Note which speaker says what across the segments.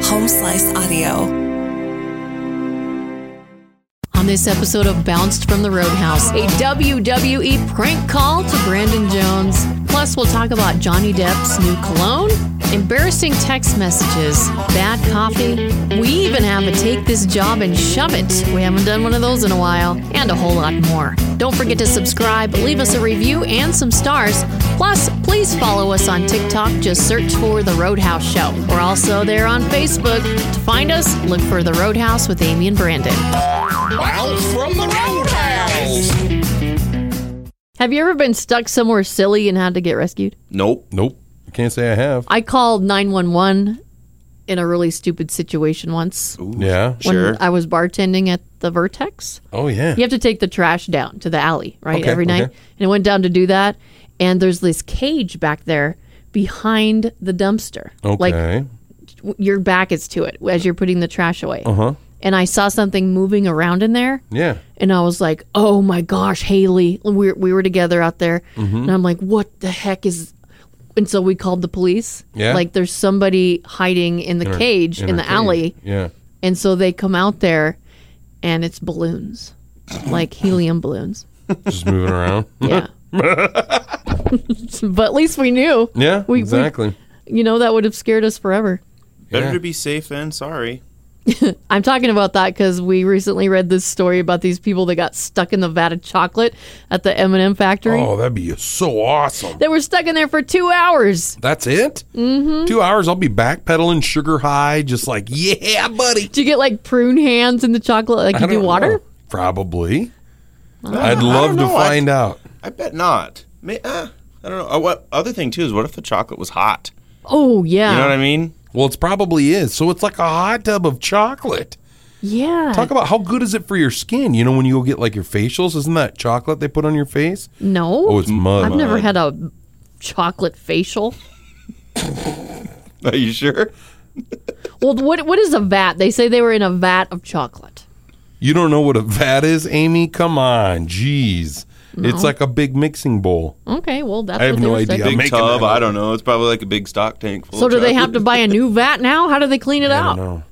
Speaker 1: Slice Audio.
Speaker 2: On this episode of Bounced from the Roadhouse, a WWE prank call to Brandon Jones. Plus, we'll talk about Johnny Depp's new cologne, embarrassing text messages, bad coffee. We even have a take this job and shove it. We haven't done one of those in a while, and a whole lot more. Don't forget to subscribe, leave us a review, and some stars. Plus, please follow us on TikTok. Just search for The Roadhouse Show. We're also there on Facebook. To find us, look for The Roadhouse with Amy and Brandon.
Speaker 3: Bounce from the roadhouse.
Speaker 2: Have you ever been stuck somewhere silly and had to get rescued?
Speaker 3: Nope.
Speaker 4: Nope. I can't say I have.
Speaker 2: I called 911 in a really stupid situation once
Speaker 4: yeah.
Speaker 2: when
Speaker 3: Sure.
Speaker 2: I was bartending at the Vertex.
Speaker 4: Oh yeah.
Speaker 2: You have to take the trash down to the alley, right?
Speaker 4: Okay,
Speaker 2: Every night.
Speaker 4: okay.
Speaker 2: And I went down to do that. And there's this cage back there behind the dumpster. Like
Speaker 4: Okay.
Speaker 2: w- your back is to it as you're putting the trash away. Uh-huh. And I saw something moving around in there.
Speaker 4: yeah.
Speaker 2: And I was like, "Oh my gosh, Haley!" We were, we were together out there,
Speaker 4: Mm-hmm.
Speaker 2: and I'm like, "What the heck is?" And so we called the police.
Speaker 4: Yeah.
Speaker 2: like there's somebody hiding in the cage in,
Speaker 4: her
Speaker 2: the
Speaker 4: cage.
Speaker 2: alley,
Speaker 4: Yeah.
Speaker 2: and so they come out there, and it's balloons, like helium balloons.
Speaker 4: Just moving around.
Speaker 2: Yeah, but at least we knew.
Speaker 4: Yeah.
Speaker 2: We- we-
Speaker 4: exactly.
Speaker 2: you know that would have scared us forever.
Speaker 5: Better
Speaker 4: Yeah.
Speaker 5: to be safe than sorry.
Speaker 2: I'm talking about that because we recently read this story about these people that got stuck in the vat of chocolate at the M&M factory.
Speaker 4: oh, that'd be so awesome.
Speaker 2: They were stuck in there for two hours.
Speaker 4: That's it. Mm-hmm. Two hours. I'll be backpedaling, sugar high, just like yeah, buddy.
Speaker 2: Do you get like prune hands in the chocolate like you
Speaker 4: I
Speaker 2: do
Speaker 4: don't
Speaker 2: water? Oh.
Speaker 4: know. Probably.
Speaker 5: I
Speaker 4: I'd
Speaker 5: don't
Speaker 4: love to
Speaker 5: know. I-
Speaker 4: find out.
Speaker 5: I bet not. May, uh, I don't know. Uh, what other thing too is what if the chocolate was hot?
Speaker 2: Oh yeah.
Speaker 5: You know what I mean?
Speaker 4: Well, it's probably is. So it's like a hot tub of chocolate.
Speaker 2: Yeah.
Speaker 4: Talk about how good is it for your skin? You know, when you go get like your facials, isn't that chocolate they put on your face?
Speaker 2: no.
Speaker 4: Oh, it's mud.
Speaker 2: I've never had a chocolate facial.
Speaker 5: Are you sure?
Speaker 2: Well, what what is a vat? They say they were in a vat of chocolate.
Speaker 4: You don't know what a vat is, Amy? Come on, jeez. It's like a big mixing bowl.
Speaker 2: Okay, well that's
Speaker 4: I have
Speaker 2: what they
Speaker 4: no
Speaker 2: were
Speaker 4: idea.
Speaker 2: saying.
Speaker 4: I'm
Speaker 5: Big
Speaker 4: making
Speaker 5: tub.
Speaker 4: that up.
Speaker 5: I don't know. It's probably like a big stock tank. Full
Speaker 2: So
Speaker 5: of
Speaker 2: do they
Speaker 5: chocolate.
Speaker 2: have to buy a new vat now? How do they clean it out?
Speaker 4: No.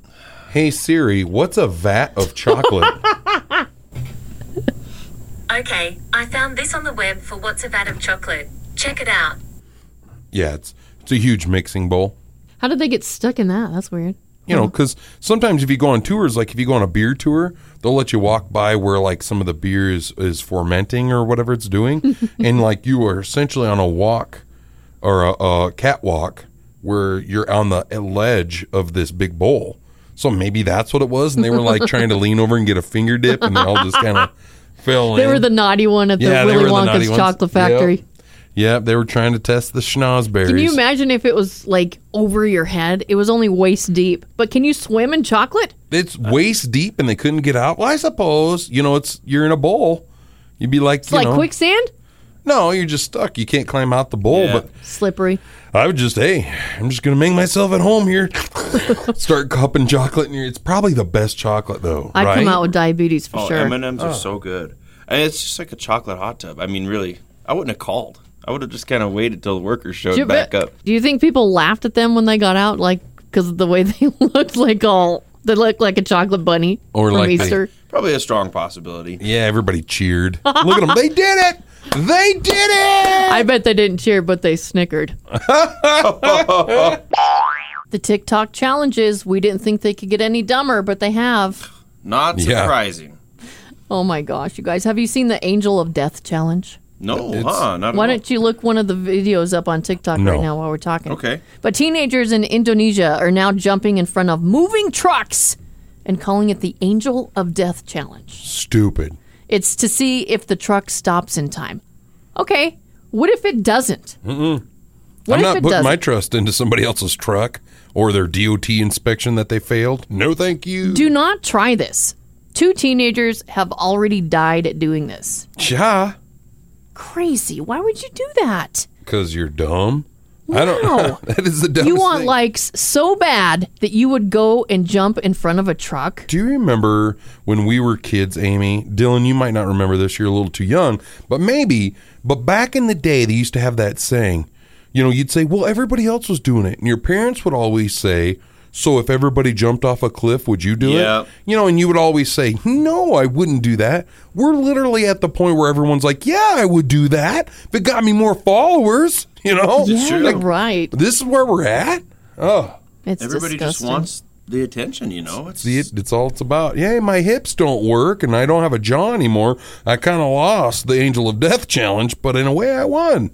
Speaker 4: Hey Siri, what's a vat of chocolate?
Speaker 6: Okay, I found this on the web for what's a vat of chocolate. Check it out.
Speaker 4: yeah, it's it's a huge mixing bowl.
Speaker 2: How did they get stuck in that? That's weird.
Speaker 4: You
Speaker 2: Mm-hmm.
Speaker 4: know, because sometimes if you go on tours, like if you go on a beer tour, they'll let you walk by where like some of the beer is, is fermenting or whatever it's doing, and like you are essentially on a walk or a, a catwalk where you're on the ledge of this big bowl. So maybe that's what it was, and they were like trying to lean over and get a finger dip, and they all just kind of fell.
Speaker 2: They
Speaker 4: in.
Speaker 2: were the naughty one at the
Speaker 4: Yeah, they
Speaker 2: Willy
Speaker 4: were the naughty
Speaker 2: Wonka's
Speaker 4: ones.
Speaker 2: chocolate factory.
Speaker 4: Yep. Yep, they were trying to test the schnozberries.
Speaker 2: Can you imagine if it was like over your head? It was only waist deep. But can you swim in chocolate?
Speaker 4: It's waist deep and they couldn't get out. Well, I suppose you know it's you're in a bowl. You'd be like,
Speaker 2: It's
Speaker 4: you
Speaker 2: like
Speaker 4: know,
Speaker 2: quicksand?
Speaker 4: No, you're just stuck. You can't climb out the bowl.
Speaker 5: Yeah.
Speaker 4: But
Speaker 2: Slippery.
Speaker 4: I would just, hey, I'm just gonna make myself at home here. Start cupping chocolate, and you're, it's probably the best chocolate though.
Speaker 2: I'd
Speaker 4: right?
Speaker 2: come out with diabetes for
Speaker 5: Oh,
Speaker 2: sure.
Speaker 5: M and M's are so good. And it's just like a chocolate hot tub. I mean, really, I wouldn't have called. I would have just kind of waited till the workers showed
Speaker 2: Do you-
Speaker 5: back up.
Speaker 2: Do you think people laughed at them when they got out, like because of the way they looked like all they looked like a chocolate bunny
Speaker 4: Or
Speaker 2: from
Speaker 4: like they-
Speaker 2: Easter?
Speaker 5: Probably a strong possibility.
Speaker 4: Yeah, everybody cheered. Look at them. They did it. They did it.
Speaker 2: I bet they didn't cheer, but they snickered. the TikTok challenges. We didn't think they could get any dumber, but they have.
Speaker 5: Not
Speaker 4: Yeah.
Speaker 5: surprising.
Speaker 2: Oh my gosh, you guys! Have you seen the Angel of Death challenge?
Speaker 5: No,
Speaker 4: It's-
Speaker 5: Oh, huh? Not at
Speaker 2: Why
Speaker 5: all.
Speaker 2: don't you look one of the videos up on TikTok right
Speaker 4: No.
Speaker 2: now while we're talking?
Speaker 5: Okay.
Speaker 2: But teenagers in Indonesia are now jumping in front of moving trucks and calling it the Angel of Death Challenge.
Speaker 4: Stupid.
Speaker 2: It's to see if the truck stops in time. Okay. What if it doesn't? Mm-mm. What
Speaker 4: I'm
Speaker 2: if
Speaker 4: not
Speaker 2: it
Speaker 4: putting
Speaker 2: doesn't?
Speaker 4: my trust into somebody else's truck or their DOT inspection that they failed. No, thank you.
Speaker 2: Do not try this. Two teenagers have already died at doing this.
Speaker 4: Yeah.
Speaker 2: Crazy. Why would you do that?
Speaker 4: Because you're dumb. I
Speaker 2: No.
Speaker 4: don't. that is the dumbest
Speaker 2: You want
Speaker 4: thing.
Speaker 2: likes so bad that you would go and jump in front of a truck?
Speaker 4: Do you remember when we were kids, Amy? Dylan, you might not remember this. You're a little too young, but maybe. But back in the day, they used to have that saying. You know, you'd say, "Well, everybody else was doing it," and your parents would always say, So if everybody jumped off a cliff, would you do
Speaker 5: Yeah.
Speaker 4: it? You know, and you would always say, "No, I wouldn't do that." We're literally at the point where everyone's like, "Yeah, I would do that if it got me more followers." You know,
Speaker 5: It's
Speaker 2: Yeah,
Speaker 5: true.
Speaker 2: you're right.
Speaker 4: this is where we're at. Oh,
Speaker 2: It's
Speaker 5: Everybody
Speaker 2: disgusting.
Speaker 5: just wants the attention, you know. It's
Speaker 4: see, it, it's all it's about. Yeah, my hips don't work, and I don't have a jaw anymore. I kind of lost the Angel of Death challenge, but in a way, I won.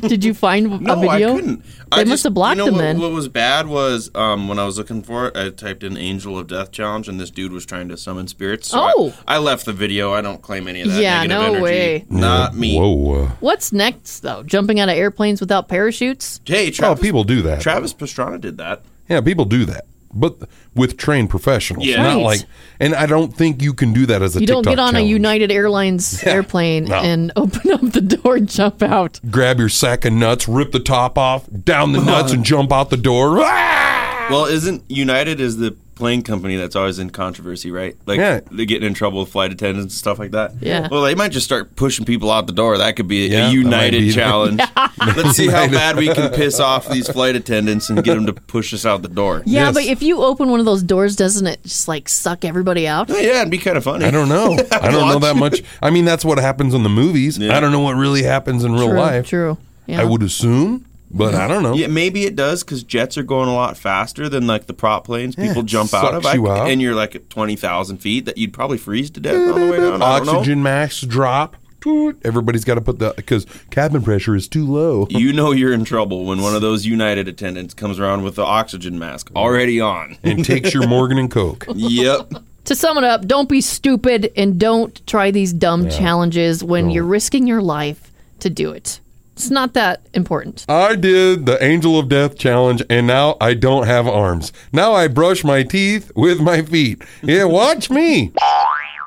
Speaker 2: Did you find
Speaker 5: no,
Speaker 2: a video?
Speaker 5: I couldn't.
Speaker 2: They
Speaker 5: I
Speaker 2: must
Speaker 5: just-
Speaker 2: have blocked
Speaker 5: you know,
Speaker 2: them
Speaker 5: what,
Speaker 2: then.
Speaker 5: What was bad was um, when I was looking for it, I typed in "Angel of Death Challenge" and this dude was trying to summon spirits. So I-
Speaker 2: Oh.
Speaker 5: I, left the video. I don't claim any of that.
Speaker 2: Yeah,
Speaker 5: negative
Speaker 2: no
Speaker 5: energy.
Speaker 2: way.
Speaker 5: Not me.
Speaker 4: Whoa. Uh,
Speaker 2: What's next though? Jumping out of airplanes without parachutes?
Speaker 5: Hey,
Speaker 4: oh,
Speaker 5: Travis,
Speaker 4: people do that.
Speaker 5: Travis Pastrana did that.
Speaker 4: Yeah, people do that, but with trained professionals,
Speaker 5: Yeah.
Speaker 4: not
Speaker 2: Right.
Speaker 4: like. And I don't think you can do that as a.
Speaker 2: You don't
Speaker 4: TikTok
Speaker 2: get on
Speaker 4: challenge.
Speaker 2: a United Airlines airplane
Speaker 4: no.
Speaker 2: and open up the door and jump out.
Speaker 4: Grab your sack of nuts, rip the top off, down the nuts, and jump out the door. Ah!
Speaker 5: Well, isn't United is the plane company that's always in controversy, right? Like
Speaker 4: Yeah.
Speaker 5: they're getting in trouble with flight attendants and stuff like that.
Speaker 2: Yeah.
Speaker 5: Well, they might just start pushing people out the door. That could be
Speaker 4: Yeah,
Speaker 5: a
Speaker 4: that
Speaker 5: United
Speaker 4: might be-
Speaker 5: challenge. Let's see how bad we can piss off these flight attendants and get them to push us out the door.
Speaker 2: Yeah,
Speaker 4: Yes.
Speaker 2: but if you open one of those doors, doesn't it just like suck everybody out?
Speaker 5: Oh, yeah, it'd be kind of funny.
Speaker 4: I don't know. I don't know that much. I mean, that's what happens in the movies.
Speaker 5: Yeah.
Speaker 4: I don't know what really happens in real
Speaker 2: true,
Speaker 4: life.
Speaker 2: True. Yeah.
Speaker 4: I would assume, but I don't know.
Speaker 5: Yeah, maybe it does because jets are going a lot faster than like the prop planes people jump out of.
Speaker 4: sucks you out.
Speaker 5: And you're like at twenty thousand feet that you'd probably freeze to death on the way down. I don't know.
Speaker 4: Oxygen max drop. Toot. Everybody's got to put the because cabin pressure is too low.
Speaker 5: you know you're in trouble when one of those United attendants comes around with the oxygen mask already on.
Speaker 4: and takes your Mm. Morgan and Coke.
Speaker 5: yep.
Speaker 2: to sum it up, don't be stupid and don't try these dumb challenges when you're risking your life to do it. It's not that important.
Speaker 4: I did the Angel of Death challenge and now I don't have arms. Now I brush my teeth with my feet. Yeah, watch me.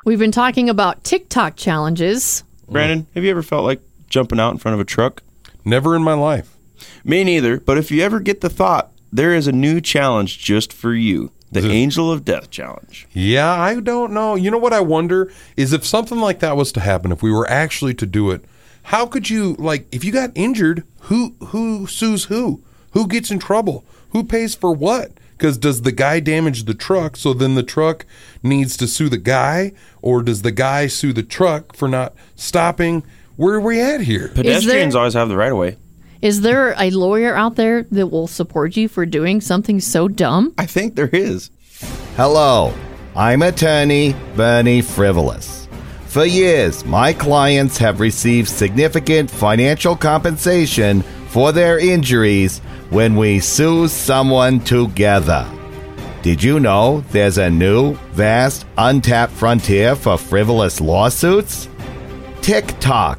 Speaker 2: We've been talking about TikTok challenges.
Speaker 5: Brandon, have you ever felt like jumping out in front of a truck?
Speaker 4: Never in my life.
Speaker 5: Me neither, but if you ever get the thought, there is a new challenge just for you. The Angel of Death Challenge.
Speaker 4: Yeah, I don't know. You know what I wonder is if something like that was to happen, if we were actually to do it, how could you like if you got injured, who who sues who? Who gets in trouble? Who pays for what? Cuz does the guy damage the truck so then the truck needs to sue the guy or does the guy sue the truck for not stopping? Where are we at here?
Speaker 5: Pedestrians always have the right of way.
Speaker 2: Is there a lawyer out there that will support you for doing something so dumb?
Speaker 5: I think there is.
Speaker 1: Hello, I'm attorney Bernie Frivolous. For years, my clients have received significant financial compensation for their injuries when we sue someone together. Did you know there's a new, vast, untapped frontier for frivolous lawsuits? TikTok.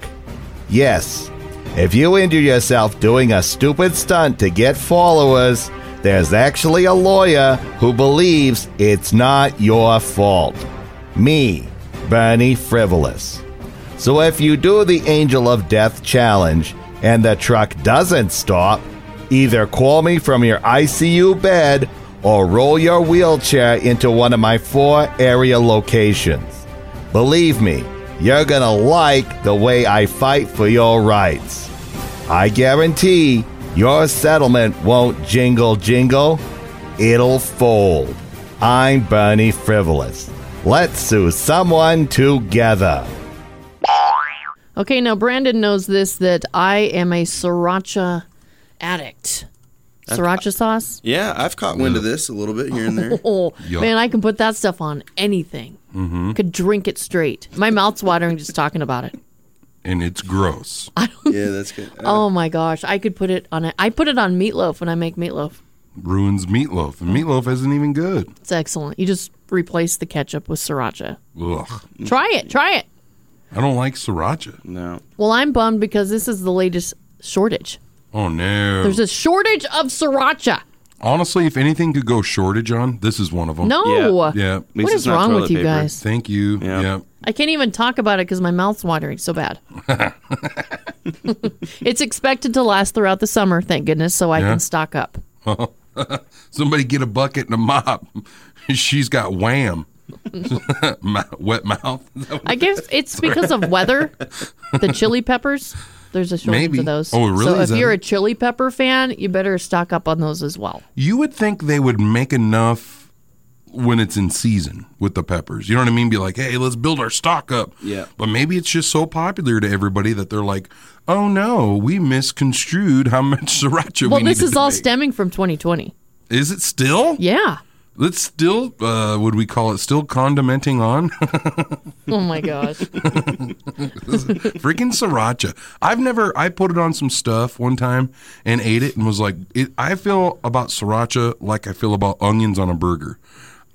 Speaker 1: Yes. If you injure yourself doing a stupid stunt to get followers, there's actually a lawyer who believes it's not your fault. Me, Bernie Frivolous. So if you do the Angel of Death challenge and the truck doesn't stop, either call me from your ICU bed or roll your wheelchair into one of my four area locations. Believe me, you're gonna like the way I fight for your rights. I guarantee your settlement won't jingle jingle, it'll fold. I'm Bernie Frivolous. Let's sue someone together.
Speaker 2: Okay, now Brandon knows this that I am a sriracha addict. Sriracha sauce?
Speaker 5: Yeah, I've caught wind of this a little bit here and there.
Speaker 2: Oh, man, I can put that stuff on anything.
Speaker 4: Mm-hmm.
Speaker 5: Hmm?
Speaker 2: Could drink it straight. My mouth's watering just talking about it.
Speaker 4: And it's gross.
Speaker 5: yeah, that's good.
Speaker 2: Oh my gosh, I could put it on a, I put it on meatloaf when I make meatloaf.
Speaker 4: Ruins meatloaf. And meatloaf isn't even good.
Speaker 2: It's excellent. You just replace the ketchup with sriracha.
Speaker 4: Ugh.
Speaker 5: Mm.
Speaker 2: Try it. Try it.
Speaker 4: I don't like sriracha.
Speaker 5: No.
Speaker 2: Well, I'm bummed because this is the latest shortage.
Speaker 4: Oh no.
Speaker 2: There's a shortage of sriracha.
Speaker 4: Honestly, if anything could go shortage on, this is one of them.
Speaker 2: No.
Speaker 4: Yeah. At
Speaker 5: least
Speaker 2: What
Speaker 5: it's
Speaker 2: is
Speaker 5: not
Speaker 2: wrong
Speaker 5: toilet
Speaker 2: with you
Speaker 5: paper.
Speaker 2: guys?
Speaker 4: Thank you.
Speaker 5: Yeah.
Speaker 4: yeah.
Speaker 2: I can't even talk about it because my mouth's watering so bad. it's expected to last throughout the summer, thank goodness, so I
Speaker 4: Yeah.
Speaker 2: can stock up.
Speaker 4: Somebody get a bucket and a mop. She's got wham. Mou- Wet mouth. Oh.
Speaker 2: I guess it's because of weather, the chili peppers. There's a shortage
Speaker 4: Maybe.
Speaker 2: of those.
Speaker 4: Oh, really?
Speaker 2: So
Speaker 4: Is
Speaker 2: if
Speaker 4: that
Speaker 2: you're
Speaker 4: it?
Speaker 2: a chili pepper fan, you better stock up on those as well.
Speaker 4: You would think they would make enough when it's in season with the peppers. You know what I mean? Be like, hey, let's build our stock up.
Speaker 5: Yeah.
Speaker 4: But maybe it's just so popular to everybody that they're like, oh no, we misconstrued how much sriracha
Speaker 2: Well,
Speaker 4: we
Speaker 2: this
Speaker 4: needed
Speaker 2: is
Speaker 4: to
Speaker 2: all
Speaker 4: make."
Speaker 2: stemming from 2020.
Speaker 4: Is it still?
Speaker 2: Yeah.
Speaker 4: Let's still, uh, would we call it still condimenting on?
Speaker 2: Oh my gosh.
Speaker 4: Freaking sriracha. I've never, I put it on some stuff one time and ate it and was like, it, I feel about sriracha like I feel about onions on a burger.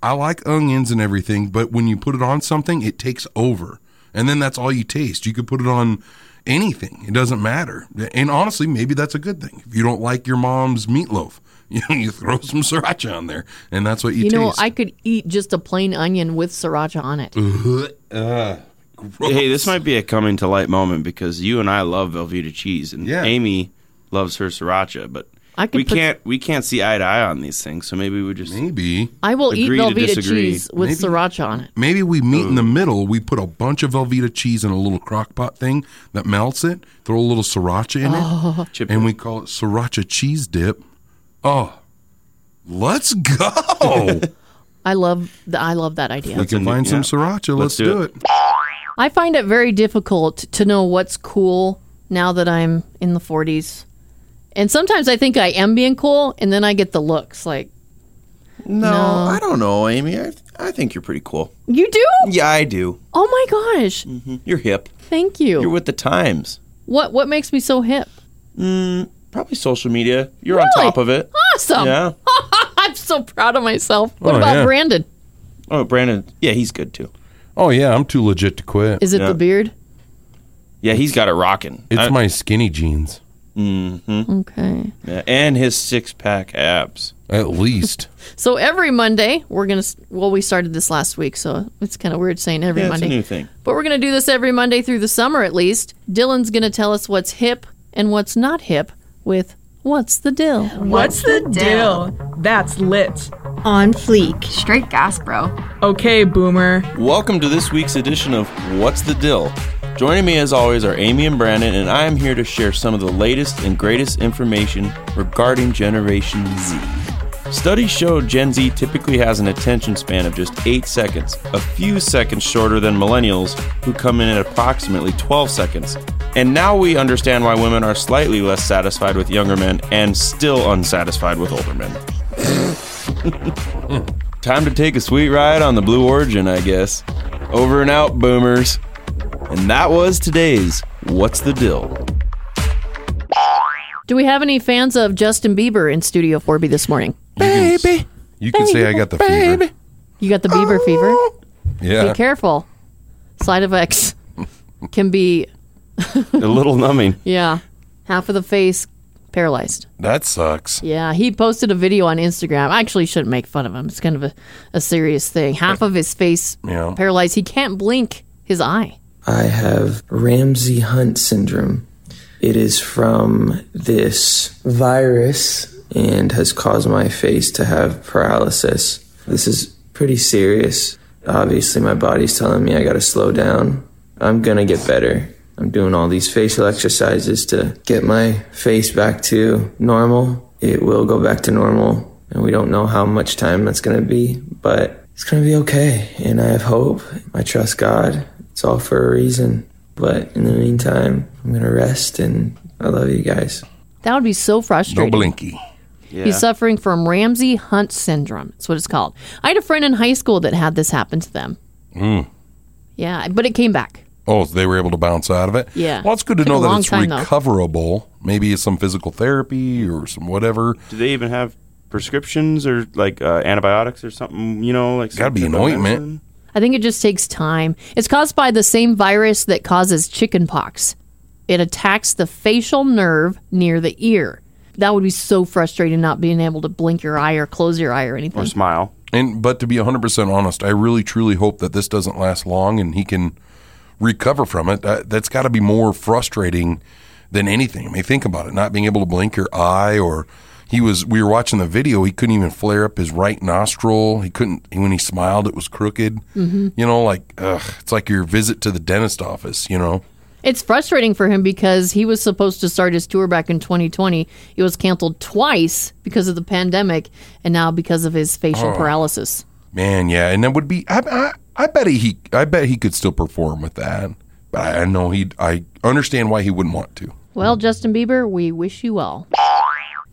Speaker 4: I like onions and everything, but when you put it on something, it takes over. And then that's all you taste. You could put it on anything, it doesn't matter. And honestly, maybe that's a good thing. If you don't like your mom's meatloaf, you, know, you throw some sriracha on there and that's what you,
Speaker 2: you
Speaker 4: taste.
Speaker 2: know, I could eat just a plain onion with sriracha on it.
Speaker 5: Hey, this might be a coming to light moment because you and I love Velveeta cheese, and
Speaker 4: Yeah.
Speaker 5: Amy loves her sriracha, but
Speaker 2: I could
Speaker 5: we
Speaker 2: put-
Speaker 5: can't we can't see eye to eye on these things. So maybe we just
Speaker 4: Maybe.
Speaker 2: I will eat
Speaker 5: Agree to
Speaker 2: Velveeta
Speaker 5: disagree.
Speaker 2: cheese with
Speaker 4: Maybe.
Speaker 2: sriracha on it.
Speaker 4: Maybe we meet
Speaker 5: Uh.
Speaker 4: in the middle. We put a bunch of Velveeta cheese in a little crock pot thing that melts it, throw a little sriracha in
Speaker 2: Oh.
Speaker 4: it,
Speaker 5: Chip
Speaker 4: and we call it sriracha cheese dip. Oh, let's go.
Speaker 2: I love the, I love that
Speaker 4: we
Speaker 2: idea.
Speaker 4: can
Speaker 5: a-
Speaker 4: find
Speaker 5: yeah.
Speaker 4: some sriracha. Let's, do, it.
Speaker 2: I find it very difficult to know what's cool now that I'm in the 40s. And sometimes I think I am being cool and then I get the looks like,
Speaker 5: no, I don't know, Amy. I I think you're pretty cool.
Speaker 2: "You do?
Speaker 5: Yeah, I do. Mm-hmm.
Speaker 2: Oh my gosh.
Speaker 5: You're hip.
Speaker 2: Thank you."
Speaker 5: You're with the times. Mm,
Speaker 2: what what makes me so hip?
Speaker 5: Probably social media. You're on
Speaker 2: Really?
Speaker 5: top of it.
Speaker 2: Awesome.
Speaker 5: Yeah.
Speaker 2: I'm so proud of myself. What
Speaker 4: Oh,
Speaker 2: about
Speaker 4: yeah.
Speaker 2: Brandon?
Speaker 5: Oh, Brandon. Yeah, he's good too.
Speaker 4: Oh yeah, I'm too legit to quit.
Speaker 2: Is it
Speaker 5: Yeah.
Speaker 2: the beard?
Speaker 5: Yeah, he's got it rocking.
Speaker 4: It's
Speaker 5: I- Mm-hmm.
Speaker 4: my skinny jeans,
Speaker 2: Okay.
Speaker 5: yeah, and his six pack abs.
Speaker 4: at least.
Speaker 2: So every Monday, we're going to, well, we started this last week, so it's kind of weird saying every
Speaker 5: Yeah, it's a
Speaker 2: Monday.
Speaker 5: new thing.
Speaker 2: But we're going to do this every Monday through the summer at least. Dylan's going to tell us what's hip and what's not hip with What's the Dill?
Speaker 7: What's the deal? That's lit.
Speaker 8: On fleek.
Speaker 9: Straight gas, bro.
Speaker 7: Okay, boomer.
Speaker 5: Welcome to this week's edition of What's the Dill? Joining me as always are Amy and Brandon, and I am here to share some of the latest and greatest information regarding Generation Z. Studies show Gen Z typically has an attention span of just 8 seconds, a few seconds shorter than millennials, who come in at approximately 12 seconds. And now we understand why women are slightly less satisfied with younger men and still unsatisfied with older men. Time to take a sweet ride on the Blue Origin, I guess. Over and out, boomers. And that was today's What's the Dill?
Speaker 2: Do we have any fans of Justin Bieber in Studio 4B this morning?
Speaker 4: Baby, you can say I got the fever. Oh.
Speaker 2: You got the Bieber fever?
Speaker 4: Yeah,
Speaker 2: Be careful. Side effects can be,
Speaker 5: A little numbing.
Speaker 2: yeah, half of the face paralyzed.
Speaker 4: that sucks.
Speaker 2: Yeah, he posted a video on Instagram. I actually shouldn't make fun of him. It's kind of a, a serious thing. Half of his face
Speaker 4: Yeah.
Speaker 2: paralyzed. He can't blink his eye.
Speaker 10: I have Ramsey Hunt syndrome. It is from this virus and has caused my face to have paralysis. This is pretty serious. Obviously, my body's telling me I gotta slow down. I'm gonna get better. I'm doing all these facial exercises to get my face back to normal. It will go back to normal, and we don't know how much time that's gonna be, but it's gonna be okay. And I have hope. I trust God. It's all for a reason. But in the meantime, I'm gonna rest, and I love you guys.
Speaker 2: That would be so
Speaker 4: No
Speaker 2: frustrating.
Speaker 4: blinky.
Speaker 2: He's suffering from Ramsey Hunt syndrome. That's what it's called. I had a friend in high school that had this happen to them. Yeah, but it came back.
Speaker 4: Mm. Oh, so they were able to bounce out of it.
Speaker 2: Yeah.
Speaker 4: Well, it's good to
Speaker 2: Took a
Speaker 4: know that
Speaker 2: long
Speaker 4: it's
Speaker 2: time, though.
Speaker 4: recoverable. Maybe it's some physical therapy or some whatever.
Speaker 5: Do they even have prescriptions or like uh, antibiotics or something? You know, like
Speaker 4: Gotta be
Speaker 5: some
Speaker 4: an
Speaker 5: type of
Speaker 4: ointment.
Speaker 5: medicine?
Speaker 2: I think it just takes time. It's caused by the same virus that causes chickenpox. It attacks the facial nerve near the ear. That would be so frustrating not being able to blink your eye or close your eye or anything.
Speaker 5: Or smile.
Speaker 4: And but to be 100% honest, I really truly hope that this doesn't last long and he can recover from it. That, that's got to be more frustrating than anything. I mean, think about it, not being able to blink your eye or he was we were watching the video, he couldn't even flare up his right nostril. He couldn't when he
Speaker 2: Mm-hmm.
Speaker 4: smiled, it was crooked. You know, like ugh, it's like your visit to the dentist office, you know.
Speaker 2: It's frustrating for him because he was supposed to start his tour back in 2020. It was canceled twice because of the pandemic and now because of his facial paralysis.
Speaker 4: Man, yeah, and that would be. I, I, I bet he. I bet he could still perform with that. But I know he. I understand why he wouldn't want to.
Speaker 2: Well, Justin Bieber, we wish you well.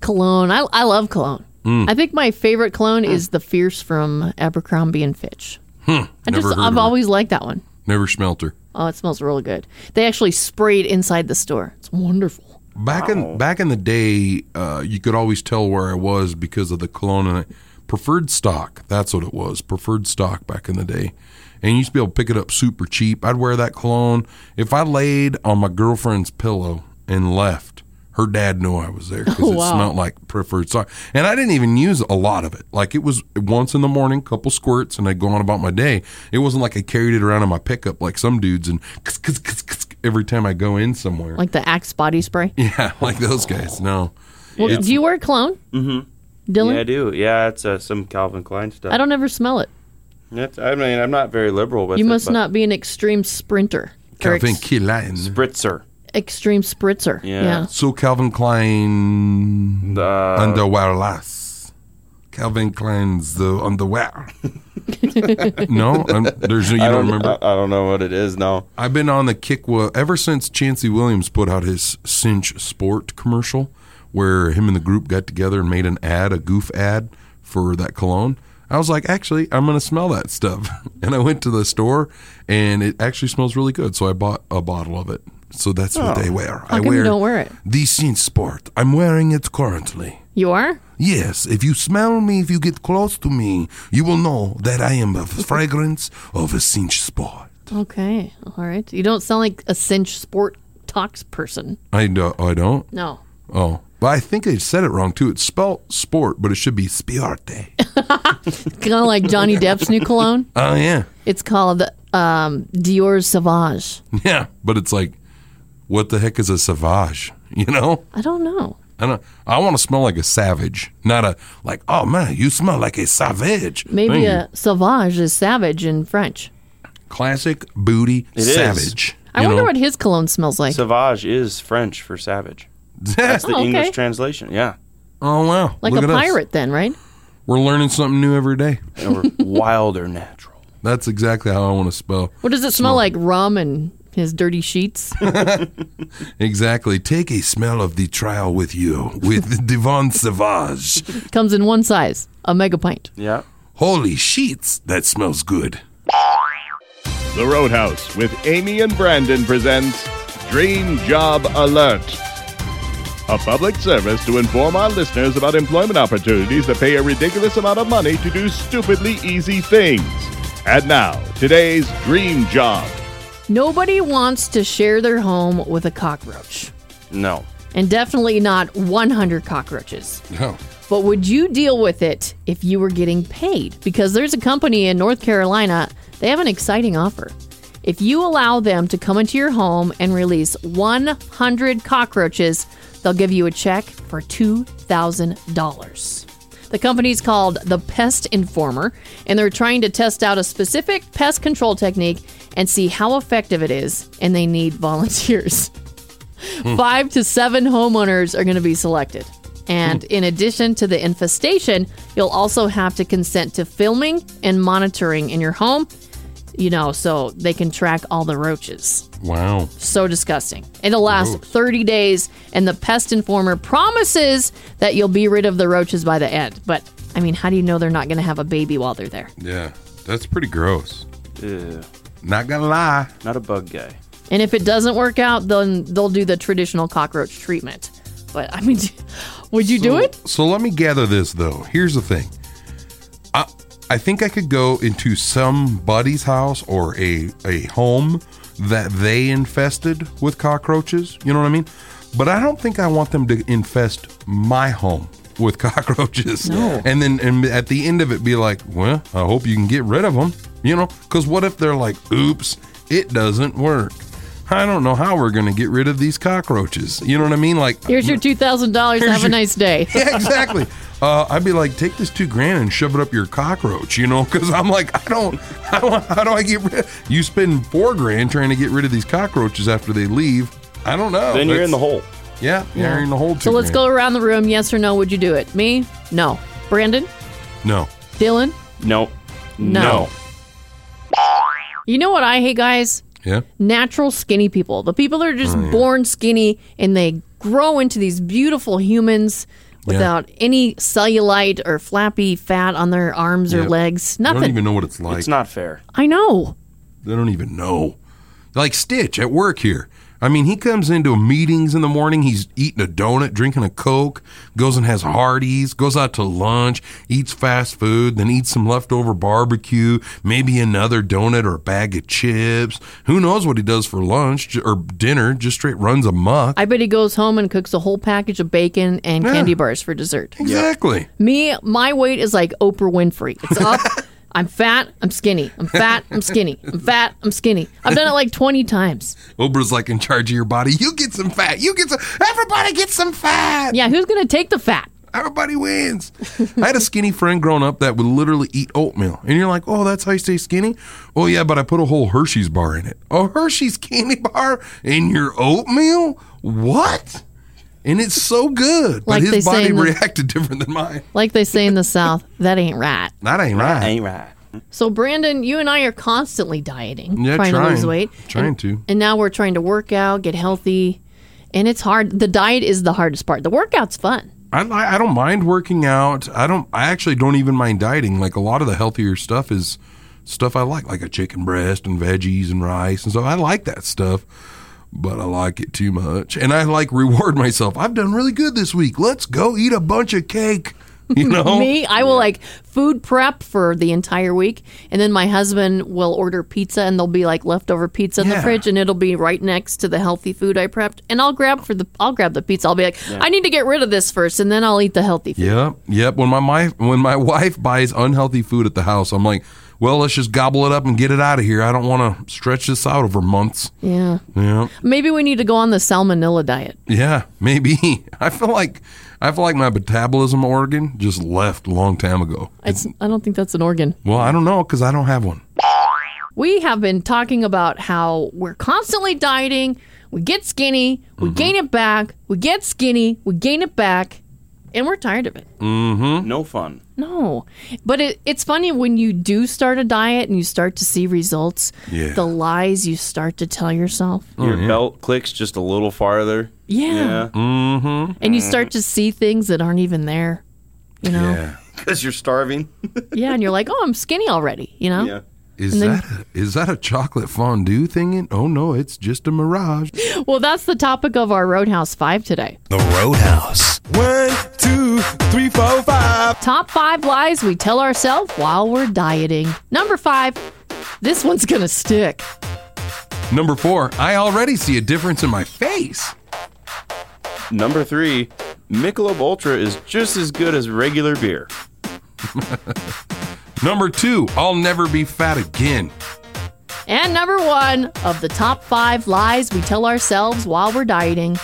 Speaker 2: Cologne. I, I love cologne.
Speaker 4: Mm.
Speaker 2: I think my favorite cologne is the Fierce from Abercrombie and Fitch. I
Speaker 4: Hmm, never
Speaker 2: just
Speaker 4: heard of
Speaker 2: I've
Speaker 4: it.
Speaker 2: always liked that one.
Speaker 4: Never smelt her.
Speaker 2: Oh, it smells really good. They actually sprayed inside the store. It's wonderful.
Speaker 4: Back in back in the day, uh, you could always tell where I was because of the cologne and I, preferred stock. That's what it was, preferred stock back in the day. And you used to be able to pick it up super cheap. I'd wear that cologne if I laid on my girlfriend's pillow and left. Her dad knew I was there because
Speaker 2: Oh,
Speaker 4: it
Speaker 2: wow.
Speaker 4: smelled like preferred stock, and I didn't even use a lot of it. Like it was once in the morning, couple squirts, and I'd go on about my day. It wasn't like I carried it around in my pickup like some dudes and every time I go in somewhere.
Speaker 2: Like the Axe body spray.
Speaker 4: Yeah, like those guys. No.
Speaker 2: Well, do you wear cologne? Mm-hmm. Dylan?
Speaker 5: Yeah, I do. Yeah, it's uh, some Calvin Klein stuff.
Speaker 2: I don't ever smell it.
Speaker 5: That's- I mean, I'm not very liberal with
Speaker 2: You
Speaker 5: it,
Speaker 2: must
Speaker 5: but-
Speaker 2: not be an extreme sprinter. or
Speaker 4: Calvin
Speaker 2: ex-
Speaker 4: Klein.
Speaker 5: Spritzer.
Speaker 2: extreme spritzer.
Speaker 5: Yeah.
Speaker 4: So Calvin Klein
Speaker 5: Uh,
Speaker 4: underwear lass. Calvin Klein's the underwear. no, I'm, there's no, you
Speaker 5: I
Speaker 4: don't
Speaker 5: don't
Speaker 4: remember.
Speaker 5: I, I don't know what it is. No.
Speaker 4: I've been on the kick wa- ever since Chancey Williams put out his Cinch Sport commercial, where him and the group got together and made an ad, a goof ad for that cologne. I was like, actually, I'm gonna smell that stuff, and I went to the store, and it actually smells really good. So I bought a bottle of it. So that's
Speaker 5: Oh.
Speaker 4: what they wear. I
Speaker 2: How come
Speaker 4: wear
Speaker 2: you don't wear it?
Speaker 4: the Cinch Sport. I'm wearing it currently.
Speaker 2: You are?
Speaker 4: Yes, if you smell me, if you get close to me, you will know that I am a fragrance of a Cinch Sport.
Speaker 2: Okay. All right. You don't sound like a cinch sport talks person.
Speaker 4: I do I don't.
Speaker 2: No.
Speaker 4: Oh, but I think I said it wrong too. It's spelled sport, but it should be spiarte.
Speaker 2: Kind of like Johnny Depp's new cologne.
Speaker 4: Oh yeah,
Speaker 2: It's called um, Dior Sauvage.
Speaker 4: yeah. But it's like, what the heck is a savage? You know,
Speaker 2: I don't know.
Speaker 4: I don't. I want to smell like a savage, not a like. Oh man, you smell like a savage. Thank
Speaker 2: Maybe
Speaker 4: you.
Speaker 2: a sauvage is savage in French.
Speaker 4: classic booty
Speaker 5: It is.
Speaker 4: savage.
Speaker 2: I
Speaker 4: you
Speaker 2: wonder
Speaker 4: know?
Speaker 2: what his cologne smells like.
Speaker 5: Savage is French for savage. That's the
Speaker 2: Oh, okay.
Speaker 5: English translation. Yeah.
Speaker 4: oh wow,
Speaker 2: like
Speaker 4: Look
Speaker 2: a
Speaker 4: at us.
Speaker 2: pirate, then, right?
Speaker 4: We're learning something new every day.
Speaker 5: Or wild or natural.
Speaker 4: That's exactly how I want to spell.
Speaker 2: What does it smell like? Rum and his dirty sheets?
Speaker 4: Exactly. Take a smell of the trial with you with Devon Savage.
Speaker 2: Comes in one size, a mega pint.
Speaker 5: Yeah.
Speaker 4: Holy sheets, that smells good.
Speaker 1: The Roadhouse with Amy and Brandon presents Dream Job Alert. A public service to inform our listeners about employment opportunities that pay a ridiculous amount of money to do stupidly easy things. And now, today's dream job.
Speaker 2: Nobody wants to share their home with a cockroach,
Speaker 5: No.
Speaker 2: and definitely not 100 cockroaches.
Speaker 4: Oh.
Speaker 2: But would you deal with it if you were getting paid? Because there's a company in North Carolina, they have an exciting offer. If you allow them to come into your home and release 100 cockroaches, they'll give you a check for $2,000. The company's called The Pest Informer, and they're trying to test out a specific pest control technique and see how effective it is, and they need volunteers
Speaker 5: Hmm.
Speaker 2: five to seven homeowners are going to be selected. And in addition to the infestation, you'll also have to consent to filming and monitoring in your home, you know, so they can track all the roaches.
Speaker 4: Wow.
Speaker 2: So disgusting. It'll last 30 days, and the pest informer promises that you'll be rid of the roaches by the end. But I mean, how do you know they're not going to have a baby while they're there?
Speaker 4: Yeah. That's pretty gross.
Speaker 5: Ew.
Speaker 4: Not gonna lie.
Speaker 5: Not a bug guy.
Speaker 2: And if it doesn't work out, then they'll do the traditional cockroach treatment. But I mean, would you do it?
Speaker 4: So let me gather this though. Here's the thing. I I think I could go into somebody's house or a a home that they infested with cockroaches. You know what I mean? But I don't think I want them to infest my home with cockroaches.
Speaker 2: No.
Speaker 4: And then and at the end of it, be like, well, I hope you can get rid of them. You know, because what if they're like, oops, it doesn't work. I don't know how we're going to get rid of these cockroaches. You know what I mean? Like,
Speaker 2: Here's your two thousand dollars. Have a
Speaker 4: your-
Speaker 2: nice day.
Speaker 4: yeah, exactly. uh, I'd be like, take this two grand and shove it up your cockroach, you know? Because I'm like, I don't, I don't, how do I get rid? You spend four grand trying to get rid of these cockroaches after they leave. I don't know.
Speaker 5: Then you're in the
Speaker 4: Oh, That's-
Speaker 5: hole.
Speaker 4: Yeah, you're in the whole.
Speaker 2: So let's go around the room. Yes or no? Would you do it? Me? No. Brandon?
Speaker 4: No.
Speaker 2: Dylan?
Speaker 5: No.
Speaker 2: No. You know what I hate, guys?
Speaker 4: Yeah.
Speaker 2: Natural skinny people. The people that are
Speaker 4: Oh,
Speaker 2: just born skinny and they grow into these beautiful humans without any cellulite or flappy fat on their arms or
Speaker 4: Yep.
Speaker 2: legs.
Speaker 4: I don't
Speaker 2: Nothing.
Speaker 4: even know what it's like.
Speaker 5: It's not fair.
Speaker 2: I know.
Speaker 4: They don't even know. Like Stitch at work here. I mean, he comes into meetings in the morning. He's eating a donut, drinking a Coke, goes and has Hardee's, goes out to lunch, eats fast food, then eats some leftover barbecue, maybe another donut or a bag of chips. Who knows what he does for lunch j- or dinner? Just straight runs amok.
Speaker 2: I bet he goes home and cooks a whole package of bacon and
Speaker 4: Yeah.
Speaker 2: candy bars for dessert.
Speaker 4: exactly.
Speaker 2: Me, my weight is like Oprah Winfrey. It's up. I'm fat. I'm skinny. I'm fat. I'm skinny. I'm fat. I'm skinny. I've done it like 20 times.
Speaker 4: Oprah's like in charge of your body. You get some fat. You get some. Everybody gets some fat.
Speaker 2: Yeah, who's going to take the fat?
Speaker 4: Everybody wins. I had a skinny friend growing up that would literally eat oatmeal. And you're like, oh, that's how you stay skinny? Oh, yeah, but I put a whole Hershey's bar in it. A Hershey's candy bar in your oatmeal? What? And it's so good. But
Speaker 2: Like they
Speaker 4: his
Speaker 2: say
Speaker 4: body
Speaker 2: in the-
Speaker 4: reacted different than mine.
Speaker 2: Like they say in the South, that ain't right.
Speaker 4: That ain't right.
Speaker 5: Ain't right.
Speaker 2: So, Brandon, you and I are constantly dieting,
Speaker 4: Yeah,
Speaker 2: trying, to lose
Speaker 4: trying.
Speaker 2: weight.
Speaker 4: Trying
Speaker 2: and,
Speaker 4: to.
Speaker 2: And now we're trying to work out, get healthy. And it's hard. The diet is the hardest part. The workout's fun.
Speaker 4: I, li- I don't mind working out. I don't. I actually don't even mind dieting. Like a lot of the healthier stuff is stuff I like, like a chicken breast and veggies and rice and stuff. I like that stuff, but I like it too much, and I like reward myself. I've done really good this week. Let's go eat a bunch of cake. You know,
Speaker 2: Me, I will like food prep for the entire week, and then my husband will order pizza, and there'll be like leftover pizza in the
Speaker 4: Yeah.
Speaker 2: fridge, and it'll be right next to the healthy food I prepped, and I'll grab for the I'll grab the pizza. I'll be like, I need to get rid of this first, and then I'll eat the healthy food.
Speaker 4: Yep, yep. When my, my when my wife buys unhealthy food at the house, I'm like, well, let's just gobble it up and get it out of here. I don't want to stretch this out over months.
Speaker 2: Yeah,
Speaker 4: Yeah.
Speaker 2: maybe we need to go on the salmonella diet.
Speaker 4: Yeah, maybe. I feel like I feel like my metabolism organ just left a long time ago.
Speaker 2: It's, I don't think that's an organ.
Speaker 4: Well, I don't know because I don't have one.
Speaker 2: We have been talking about how we're constantly dieting. We get skinny,
Speaker 4: Mm-hmm.
Speaker 2: we gain it back. We get skinny, we gain it back, and we're tired of it.
Speaker 4: Mm-hmm.
Speaker 5: No fun.
Speaker 2: No, but it, it's funny when you do start a diet and you start to see results.
Speaker 4: Yeah.
Speaker 2: The lies you start to tell yourself.
Speaker 4: Oh,
Speaker 8: Oh,
Speaker 5: Your belt clicks just a little farther.
Speaker 2: Yeah.
Speaker 5: Yeah.
Speaker 4: Mm-hmm.
Speaker 2: And you start to see things that aren't even there. You know. Yeah.
Speaker 5: Because you're starving.
Speaker 2: and you're like, oh, I'm skinny already. You know.
Speaker 5: Yeah.
Speaker 4: Is that a, is that a chocolate fondue thing? In, oh no, it's just a mirage.
Speaker 2: Well, that's the topic of our Roadhouse Five today.
Speaker 3: The Roadhouse.
Speaker 8: One, two, three, four, five.
Speaker 2: Top five lies we tell ourselves while we're dieting. Number five. This one's gonna stick.
Speaker 4: Number four, I already see a difference in my face.
Speaker 5: Number three, Michelob Ultra is just as good as regular beer.
Speaker 4: Number two, I'll never be fat again.
Speaker 2: And number one of the top five lies we tell ourselves while we're dieting.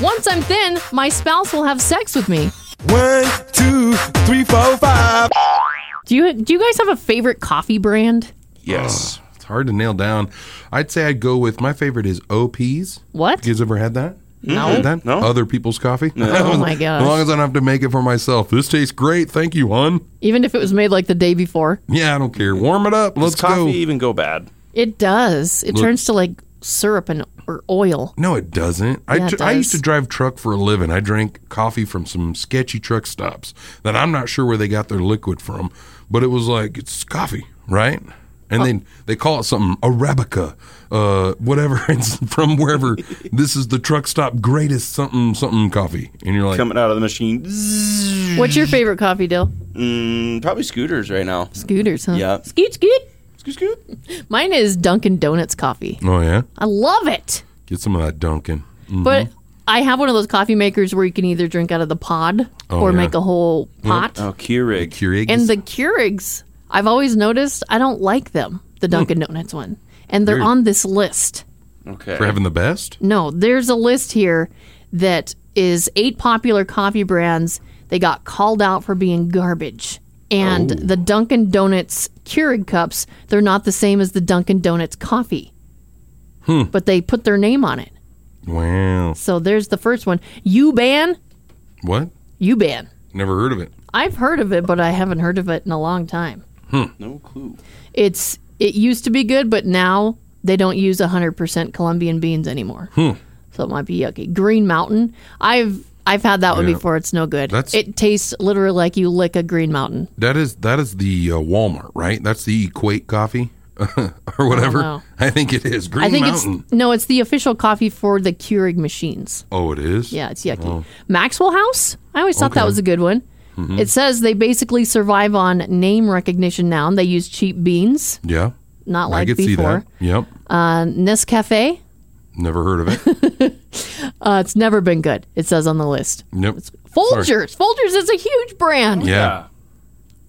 Speaker 2: Once I'm thin, my spouse will have sex with me.
Speaker 8: One, two, three, four, five.
Speaker 2: Do you do you guys have a favorite coffee brand?
Speaker 5: Yes.
Speaker 4: It's hard to nail down. I'd say I'd go with my favorite is OP's.
Speaker 2: What?
Speaker 4: You guys ever had that? No. Had that?
Speaker 5: No.
Speaker 4: Other people's coffee?
Speaker 2: Oh my
Speaker 4: As long
Speaker 2: gosh.
Speaker 4: as I don't have to make it for myself. This tastes great. Thank you, hon.
Speaker 2: Even if it was made like the day before.
Speaker 4: Yeah, I don't care. Warm it up. Let's
Speaker 5: Does coffee
Speaker 4: go.
Speaker 5: even go bad?
Speaker 2: It does. It turns to like syrup and or oil.
Speaker 4: No, it doesn't. I,
Speaker 2: Yeah, it
Speaker 4: dr- I used to
Speaker 2: does.
Speaker 4: drive truck for a living. I drank coffee from some sketchy truck stops that I'm not sure where they got their liquid from, but it was like it's coffee, right?
Speaker 2: Oh.
Speaker 4: And then they call it something arabica, uh, whatever. It's from wherever. this is the truck stop greatest something something coffee, and you're like,
Speaker 5: Coming out of the machine. Zzz.
Speaker 2: What's your favorite coffee deal?
Speaker 5: Mm, probably scooters right now.
Speaker 2: Scooters, huh?
Speaker 5: Yeah.
Speaker 2: Scoot scoot.
Speaker 5: Scoot, scoot.
Speaker 2: Mine is Dunkin' Donuts coffee.
Speaker 4: oh yeah,
Speaker 2: I love it.
Speaker 4: get some of that Dunkin'. Mm-hmm.
Speaker 2: But I have one of those coffee makers where you can either drink out of the pod
Speaker 4: Oh,
Speaker 2: or
Speaker 4: yeah.
Speaker 2: make a whole pot.
Speaker 5: Oh, Keurig.
Speaker 4: Keurig.
Speaker 2: And the Keurigs, I've always noticed I don't like them, the
Speaker 4: Hmm.
Speaker 2: Dunkin' Donuts one. And they're
Speaker 4: Weird.
Speaker 2: on this list.
Speaker 5: Okay.
Speaker 4: for having the best.
Speaker 2: No, there's a list here that is eight popular coffee brands They got called out for being garbage.
Speaker 4: Oh.
Speaker 2: And the Dunkin' Donuts Keurig cups, they're not the same as the Dunkin' Donuts coffee.
Speaker 4: Hmm.
Speaker 2: But they put their name on it.
Speaker 4: Wow.
Speaker 2: So there's the first one. You ban?
Speaker 4: What?
Speaker 2: You ban.
Speaker 4: Never heard of it.
Speaker 2: I've heard of it, but I haven't heard of it in a long time.
Speaker 4: Hmm.
Speaker 5: No clue.
Speaker 2: It's it used to be good, but now they don't use 100% Colombian beans anymore.
Speaker 4: Hmm.
Speaker 2: So it might be yucky. Green Mountain. I've I've had that one
Speaker 4: Yeah.
Speaker 2: before. It's no good.
Speaker 4: That's-
Speaker 2: it tastes literally like you lick a Green Mountain.
Speaker 4: That is that is the uh, Walmart, right? That's the Equate coffee or whatever.
Speaker 2: know.
Speaker 4: I think it is Green
Speaker 2: Oh, I think
Speaker 4: Mountain.
Speaker 2: it's no, it's the official coffee for the Keurig machines.
Speaker 4: oh, it is. Oh.
Speaker 2: Yeah, it's yucky. Maxwell House. I always thought that was a good one.
Speaker 4: Mm-hmm.
Speaker 2: It says they basically survive on name recognition now. And they use cheap beans,
Speaker 4: Yeah.
Speaker 2: not like
Speaker 4: I could
Speaker 2: before.
Speaker 4: see that. Yep.
Speaker 2: Uh, Nescafe.
Speaker 4: Never heard of it.
Speaker 2: Uh, it's never been good. It says on the list.
Speaker 4: Nope.
Speaker 2: Folgers. Folgers is a huge brand.
Speaker 4: Yeah.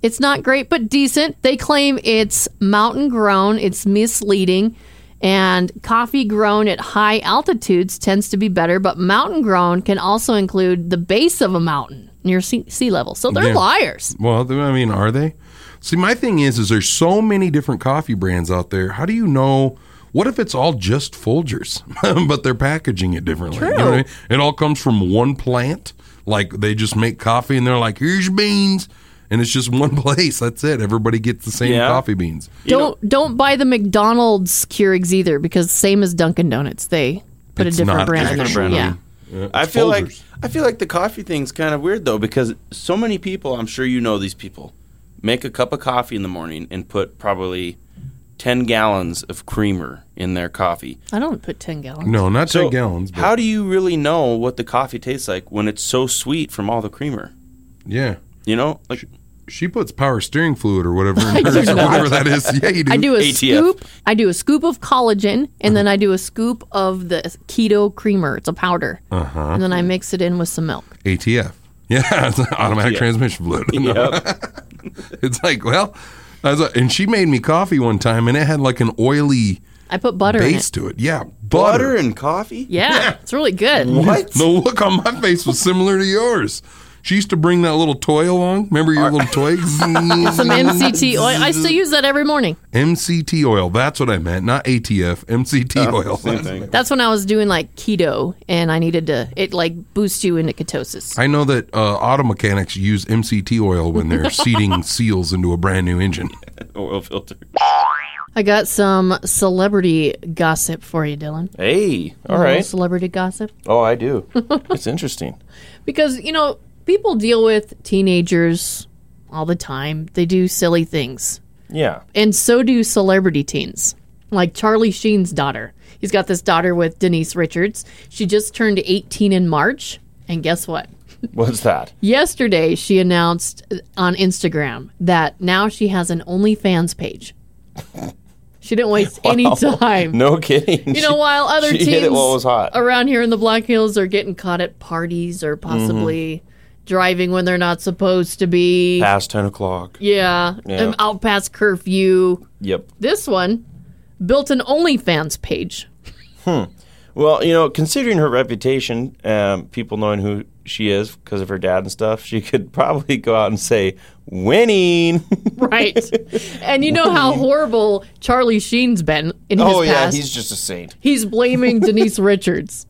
Speaker 2: It's not great, but decent. They claim it's mountain grown, it's misleading, and coffee grown at high altitudes tends to be better, but mountain grown can also include the base of a mountain near sea, sea level. So they're
Speaker 4: Yeah.
Speaker 2: liars.
Speaker 4: Well, th- I mean, are they? See, my thing is, is there's so many different coffee brands out there. How do you know? What if it's all just Folgers, but they're packaging it differently? You know what I mean? It all comes from one plant. Like they just make coffee and they're like, here's your beans. And it's just one place. That's it. Everybody gets the same
Speaker 5: Yeah.
Speaker 4: coffee beans.
Speaker 2: don't don't buy the McDonald's Keurigs either because same as Dunkin' Donuts, they put
Speaker 4: It's
Speaker 2: a different
Speaker 4: not-
Speaker 2: brand
Speaker 4: it's
Speaker 2: in there.
Speaker 5: different brand
Speaker 2: yeah.
Speaker 5: on them. I feel like
Speaker 4: Folgers.
Speaker 5: I feel like the coffee thing's kind of weird though because so many people, I'm sure you know these people, make a cup of coffee in the morning and put probably 10 gallons of creamer in their coffee.
Speaker 2: I don't put ten gallons.
Speaker 4: No, not
Speaker 5: So
Speaker 4: 10 gallons. But
Speaker 5: How do you really know what the coffee tastes like when it's so sweet from all the creamer?
Speaker 4: yeah.
Speaker 5: You know, like
Speaker 4: She puts power steering fluid or whatever in hers or
Speaker 2: not.
Speaker 4: whatever that is. Yeah, you do.
Speaker 2: I do a
Speaker 5: ATF.
Speaker 2: scoop. I do a scoop of collagen, and then I do a scoop of the keto creamer. It's a powder,
Speaker 4: Uh-huh.
Speaker 2: and then I mix it in with some milk.
Speaker 4: ATF. Yeah, it's an automatic transmission fluid. it's like, well, I was like- and she made me coffee one time, and it had like an oily
Speaker 2: I put butter in
Speaker 4: base
Speaker 2: it.
Speaker 4: to it. Yeah,
Speaker 5: butter
Speaker 4: butter.
Speaker 5: and coffee?
Speaker 2: Yeah, it's really good.
Speaker 5: What?
Speaker 4: The look on my face was similar to yours. She used to bring that little toy along. Remember your little toy?
Speaker 2: Some MCT oil. I still use that every morning.
Speaker 4: MCT oil. That's what I meant, not ATF. MCT
Speaker 5: Oh,
Speaker 4: oil.
Speaker 2: That's when I was doing like keto, and I needed to. It like boosts you into ketosis.
Speaker 4: I know that uh, auto mechanics use MCT oil when they're seating seals into a brand new engine.
Speaker 5: Oil filter.
Speaker 2: I got some celebrity gossip for you, Dylan.
Speaker 5: Hey,
Speaker 2: A
Speaker 5: all
Speaker 2: little
Speaker 5: right.
Speaker 2: Celebrity gossip.
Speaker 5: Oh, I do. it's interesting.
Speaker 2: because you know people deal with teenagers all the time they do silly things
Speaker 5: Yeah.
Speaker 2: and so do celebrity teens like charlie sheen's daughter he's got this daughter with denise richards she just turned 18 in march and guess what
Speaker 5: What's that?
Speaker 2: yesterday she announced uh, on instagram that now she has an onlyfans page she didn't waste any time
Speaker 5: No kidding.
Speaker 2: you know, while other
Speaker 5: she
Speaker 2: teens
Speaker 5: hit it while it was hot. Mm-hmm.
Speaker 2: around here in the Black Hills are getting caught at parties or possibly driving when they're not supposed to be.
Speaker 5: past 10 o'clock.
Speaker 2: yeah, um, out past curfew.
Speaker 5: Yep.
Speaker 2: This one built an OnlyFans page.
Speaker 5: Well, you know, considering her reputation, um, people knowing who she is because of her dad and stuff, she could probably go out and say, winning.
Speaker 2: Right. and you know how horrible Charlie Sheen's been in his
Speaker 5: oh, yeah,
Speaker 2: past.
Speaker 5: he's just a saint.
Speaker 2: he's blaming Denise Richards.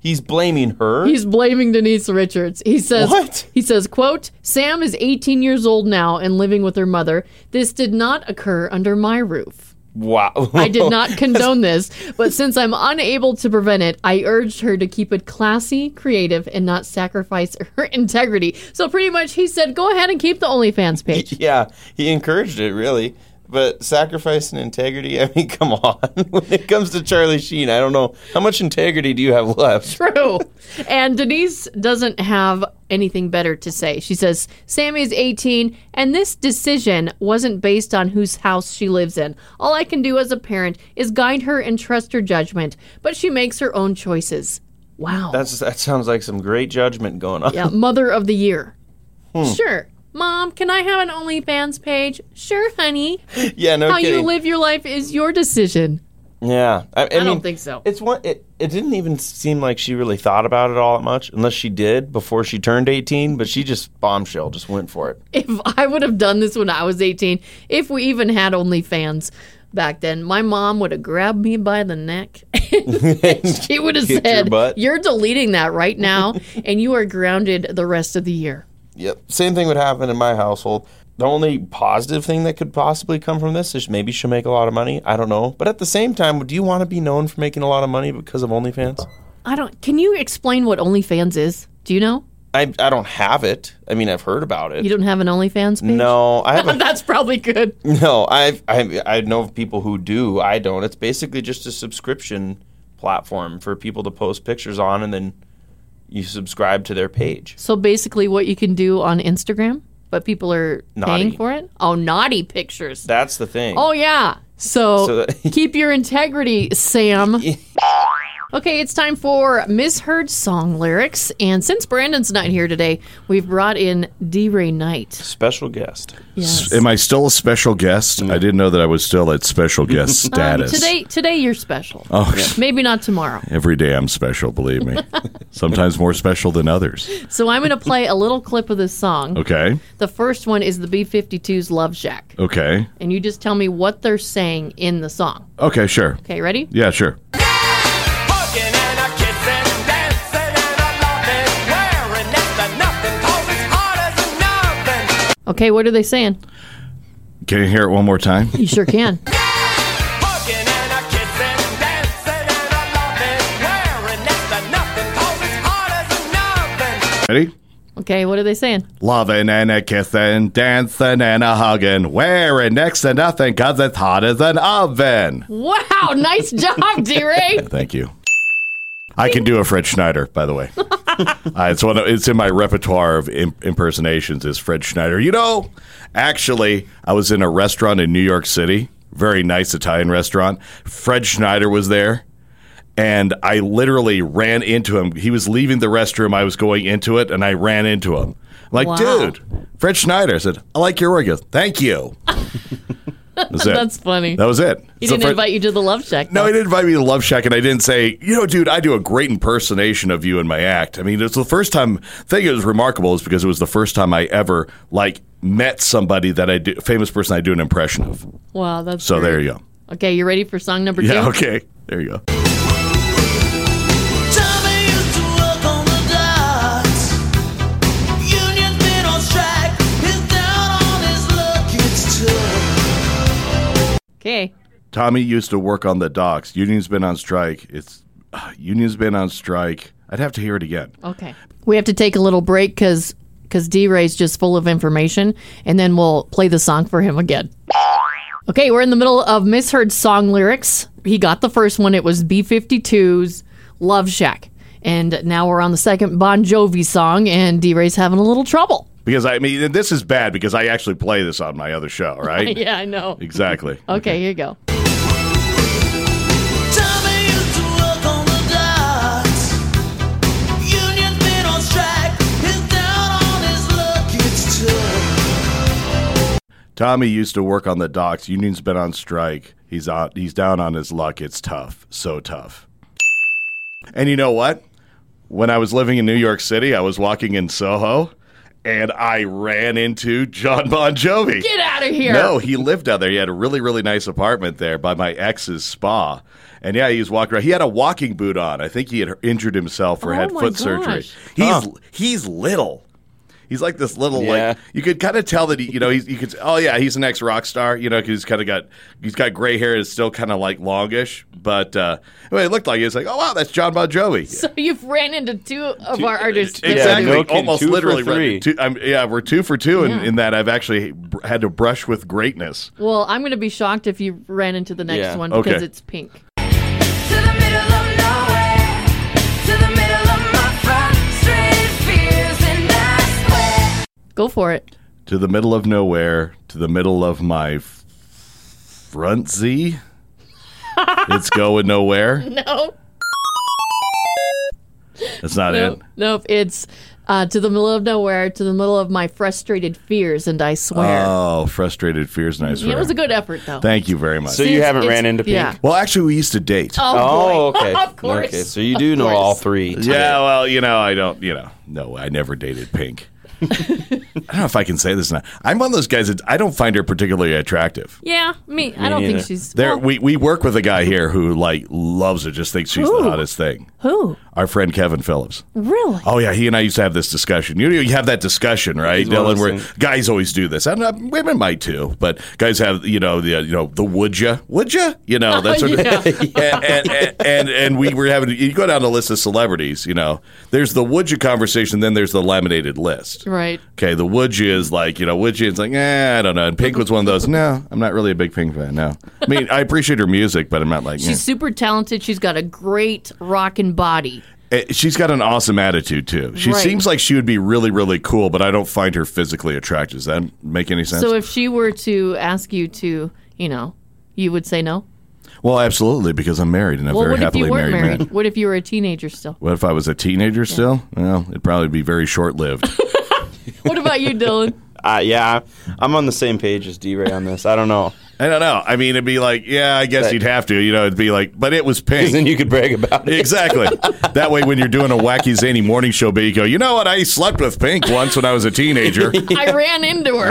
Speaker 5: He's blaming her.
Speaker 2: He's blaming Denise Richards. He says
Speaker 5: What?
Speaker 2: he says, quote, Sam is 18 years old now and living with her mother. This did not occur under my roof.
Speaker 5: wow.
Speaker 2: I did not condone this, but since I'm unable to prevent it, I urged her to keep it classy, creative, and not sacrifice her integrity. So pretty much he said, go ahead and keep the OnlyFans page.
Speaker 5: yeah, he encouraged it, really. But sacrificing integrity, I mean, come on. when it comes to Charlie Sheen, I don't know. How much integrity do you have left?
Speaker 2: True. And Denise doesn't have anything better to say. She says, Sammy is 18, and this decision wasn't based on whose house she lives in. All I can do as a parent is guide her and trust her judgment, but she makes her own choices. Wow.
Speaker 5: That's, that sounds like some great judgment going on.
Speaker 2: yeah, Mother of the Year.
Speaker 5: Hmm.
Speaker 2: Sure. Mom, can I have an OnlyFans page? Sure, honey.
Speaker 5: Yeah, no
Speaker 2: How
Speaker 5: kidding.
Speaker 2: you live your life is your decision.
Speaker 5: Yeah, I, I,
Speaker 2: don't
Speaker 5: mean,
Speaker 2: think so.
Speaker 5: It's one. It, it didn't even seem like she really thought about it all that much, unless she did before she turned eighteen. But she just bombshell, just went for it.
Speaker 2: if I would have done this when I was 18, if we even had OnlyFans back then, my mom would have grabbed me by the neck. she would have
Speaker 5: Kicked your
Speaker 2: said,
Speaker 5: butt.
Speaker 2: You're deleting that right now, and you are grounded the rest of the year.
Speaker 5: Yep. Same thing would happen in my household. The only positive thing that could possibly come from this is maybe she'll make a lot of money. I don't know. But at the same time, do you want to be known for making a lot of money because of OnlyFans?
Speaker 2: I don't. Can you explain what OnlyFans is? Do you know?
Speaker 5: I, I don't have it. I mean, I've heard about it.
Speaker 2: You don't have an OnlyFans page?
Speaker 5: no, I haven't.
Speaker 2: That's probably good.
Speaker 5: No, I've, I I know of people who do. I don't. It's basically just a subscription platform for people to post pictures on, and then you subscribe to their page.
Speaker 2: So basically, what you can do on Instagram, but people are paying
Speaker 5: Naughty.
Speaker 2: for it? Oh, naughty pictures.
Speaker 5: That's the thing.
Speaker 2: Oh yeah. So,
Speaker 5: So that-
Speaker 2: keep your integrity, Sam. Okay, it's time for misheard song lyrics, and since Brandon's not here today, we've brought in D. Ray Knight.
Speaker 5: Special guest.
Speaker 2: Yes.
Speaker 9: Am I still a special guest?
Speaker 1: Mm.
Speaker 9: I didn't know that I was still at special guest
Speaker 2: Um,
Speaker 9: status.
Speaker 2: today, today you're special.
Speaker 9: Oh,
Speaker 2: Maybe not tomorrow.
Speaker 9: every day I'm special, believe me. Sometimes more special than others.
Speaker 2: So I'm going to play a little clip of this
Speaker 1: Mm.
Speaker 2: song.
Speaker 9: Okay.
Speaker 2: The first one is the B-52s Love Shack,
Speaker 9: Okay.
Speaker 2: and you just tell me what they're saying in the song.
Speaker 9: Okay, sure.
Speaker 2: Okay, ready?
Speaker 9: Yeah, sure.
Speaker 3: Hugging and a kissing, dancing and a loving, wearing next to nothing, 'cause it's hard as a nothing.
Speaker 2: Okay, what are they saying?
Speaker 9: Can you hear it one more time?
Speaker 2: You sure can.
Speaker 3: Hugging and a kissing, dancing and a loving, wearing next to nothing, 'cause it's hard as a nothing.
Speaker 9: Ready?
Speaker 2: Okay, what are they saying?
Speaker 9: Loving and a kissing, dancing and a hugging, wearing next to nothing because it's hot as an oven.
Speaker 2: Wow, nice job, D. Ray.
Speaker 9: Thank you. I can do a Fred Schneider, by the way. uh, it's one. Of, it's in my repertoire of Im- impersonations. Is Fred Schneider? You know, actually, I was in a restaurant in New York City, very nice Italian restaurant. Fred Schneider was there, and I literally ran into him. He was leaving the restroom. I was going into it, and I ran into him. I'm like,
Speaker 2: Wow.
Speaker 9: dude, Fred Schneider I said, "I like your work." He goes, "Thank you." That's, it.
Speaker 2: That's funny.
Speaker 9: That was it.
Speaker 2: He
Speaker 9: So
Speaker 2: didn't
Speaker 9: Fred-
Speaker 2: invite you to the love shack.
Speaker 9: no,
Speaker 2: though.
Speaker 9: he didn't invite me to Love Shack, and I didn't say, you know, dude, I do a great impersonation of you in my act. I mean, it's the first time. Thing that was remarkable is because it was the first time I ever like met somebody that I do, famous person I do an impression of.
Speaker 2: Wow, that's
Speaker 9: So there you go.
Speaker 2: go. Okay, you ready for song number
Speaker 9: Yeah,
Speaker 2: two?
Speaker 9: okay, there you go.
Speaker 3: Tommy used to work on the docks. Union's been on strike. He's down on his luck. It's tough.
Speaker 2: Okay.
Speaker 9: Tommy used to work on the docks. Union's been on strike. It's uh, Union's been on strike. I'd have to hear it again.
Speaker 2: Okay. We have to take a little break because because D Ray's just full of information, and then we'll play the song for him again. Okay, we're in the middle of misheard song lyrics. He got the first one. It was B52's Love Shack. And now we're on the second Bon Jovi song, and D Ray's having a little trouble.
Speaker 9: Because I mean, this is bad because I actually play this on my other show, right?
Speaker 2: Yeah, I know.
Speaker 9: Exactly.
Speaker 2: Okay, here you go.
Speaker 3: Tommy used to work on the docks. Union's been on strike. He's down on his luck.
Speaker 9: Tommy used to work on the docks. Union's been on strike. He's
Speaker 3: It's tough.
Speaker 9: out. He's down on his luck. It's tough. So tough. And you know what? When I was living in New York City, I was walking in Soho, and I ran into John Bon Jovi.
Speaker 2: Get out of here.
Speaker 9: No, he lived out there. He had a really, really nice apartment there by my ex's spa. And yeah, he was walking around. He had a walking boot on. I think he had injured himself or
Speaker 2: Oh
Speaker 9: had
Speaker 2: my
Speaker 9: foot surgery.
Speaker 2: gosh.
Speaker 9: He's he's little. He's like this little
Speaker 5: Yeah.
Speaker 9: like you could kind of tell that he, you know he's you could oh yeah he's an ex rock star you know 'cause he's kind of got he's got gray hair and it's still kind of like longish but uh, well, it looked like he was like oh wow that's John Bon Jovi
Speaker 2: So you've ran into two of our artists.
Speaker 5: Yeah,
Speaker 9: Exactly.
Speaker 5: no kidding.
Speaker 9: Almost
Speaker 5: Two for
Speaker 9: literally.
Speaker 5: three.
Speaker 9: Two, I'm, yeah, we're two for two in,
Speaker 2: Yeah.
Speaker 9: in that I've actually br- had to brush with greatness.
Speaker 2: Well, I'm going to be shocked if you ran into the next
Speaker 5: Yeah.
Speaker 2: one because
Speaker 9: Okay.
Speaker 2: it's pink.
Speaker 3: To the middle of nowhere, to the middle of my frustrated fears, and I swear.
Speaker 2: Go for it.
Speaker 9: To the middle of nowhere, to the middle of my f- front Z. it's going nowhere.
Speaker 2: No.
Speaker 9: That's not
Speaker 2: nope,
Speaker 9: it.
Speaker 2: Nope. It's uh, to the middle of nowhere, to the middle of my frustrated fears, and I swear.
Speaker 9: Oh, frustrated fears, nice.
Speaker 2: it was a good effort, though.
Speaker 9: Thank you very much.
Speaker 5: So you haven't ran into Pink?
Speaker 2: yeah.
Speaker 9: Well, actually, we used to date.
Speaker 2: Oh, boy.
Speaker 5: okay.
Speaker 2: Of course.
Speaker 5: Okay, so you do know all three.
Speaker 9: Yeah, well, you know, I don't, you know, no, I never dated Pink. I don't know if I can say this now. I'm one of those guys that I don't find her particularly attractive.
Speaker 2: Yeah, me. I don't
Speaker 5: neither.
Speaker 2: think she's.
Speaker 9: There,
Speaker 2: well,
Speaker 9: we, we work with a guy here who like loves her, just thinks she's the hottest thing.
Speaker 2: who?
Speaker 9: Our friend Kevin Phillips.
Speaker 2: Really?
Speaker 9: Oh yeah, he and I used to have this discussion. You know, you have that discussion, right,
Speaker 5: one of
Speaker 9: Dylan?
Speaker 5: those
Speaker 9: Where
Speaker 5: things.
Speaker 9: guys always do this, and uh, women might too, but guys have you know the uh, you know the would ya would ya you know that's what
Speaker 2: yeah.
Speaker 9: and, and, and and and we were having you go down the list of celebrities. You know, there's the would ya conversation, then there's the laminated list.
Speaker 2: Right.
Speaker 9: Okay, the would you is like, you know, would you is like, eh, I don't know. And Pink was one of those, no, I'm not really a big Pink fan, no. I mean, I appreciate her music, but I'm not like, eh.
Speaker 2: She's super talented. She's got a great rockin' body.
Speaker 9: Eh, She's got an awesome attitude too. She
Speaker 2: Right.
Speaker 9: seems like she would be really, really cool, but I don't find her physically attractive. Does that make any sense?
Speaker 2: So if she were to ask you to, you know, you would say no.
Speaker 9: well, absolutely, because I'm married and a
Speaker 2: Well,
Speaker 9: very
Speaker 2: what if
Speaker 9: happily
Speaker 2: you weren't
Speaker 9: married,
Speaker 2: married?
Speaker 9: man.
Speaker 2: What if you were a teenager still?
Speaker 9: What if I was a teenager still? Well, it'd probably be very short lived.
Speaker 2: What about you, Dylan?
Speaker 5: Uh, yeah, I'm on the same page as D-Ray on this. I don't know.
Speaker 9: I don't know. I mean, it'd be like, yeah, I guess
Speaker 5: But-
Speaker 9: you'd have to. You know, it'd be like, but it was pink.
Speaker 5: Because then you could brag about it.
Speaker 9: Exactly. that way, when you're doing a wacky, zany morning show, but you go, you know what? I slept with Pink once when I was a teenager.
Speaker 2: I ran into her.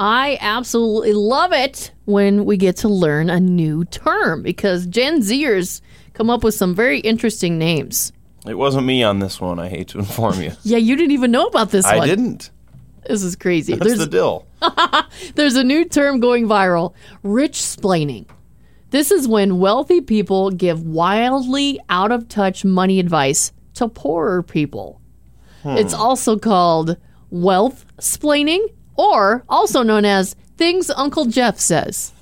Speaker 2: I absolutely love it when we get to learn a new term because Gen Zers come up with some very interesting names.
Speaker 5: It wasn't me on this one. I hate to inform you.
Speaker 2: Yeah, you didn't even know about this
Speaker 5: I
Speaker 2: one.
Speaker 5: didn't.
Speaker 2: This is crazy.
Speaker 5: That's
Speaker 2: There's
Speaker 5: the deal.
Speaker 2: there's a new term going viral, rich splaining. This is when wealthy people give wildly out of touch money advice to poorer people. It's also called wealth splaining or also known as things Uncle Jeff says.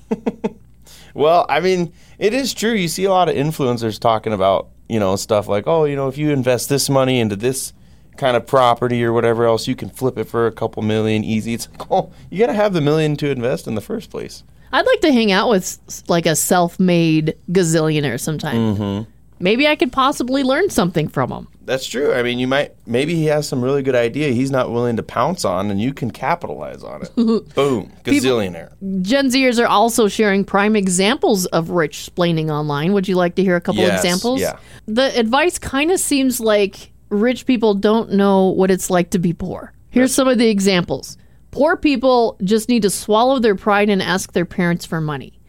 Speaker 5: Well, I mean, it is true. You see a lot of influencers talking about, you know, stuff like, oh, you know, if you invest this money into this kind of property or whatever else, you can flip it for a couple million easy. It's like, oh, you got to have the million to invest in the first place.
Speaker 2: I'd like to hang out with s- like a self-made gazillionaire
Speaker 5: Hmm.
Speaker 2: sometime. Maybe I could possibly learn something from him.
Speaker 5: Mm-hmm. That's true. I mean, you might, maybe he has some really good idea he's not willing to pounce on and you can capitalize on it. Boom. Gazillionaire.
Speaker 2: Gen Zers are also sharing prime examples of rich splaining online. Would you like to hear a couple
Speaker 5: Yes,
Speaker 2: examples?
Speaker 5: yeah.
Speaker 2: The advice kind of seems like rich people don't know what it's like to be poor. Here's some of the examples. Poor people just need to swallow their pride and ask their parents for money.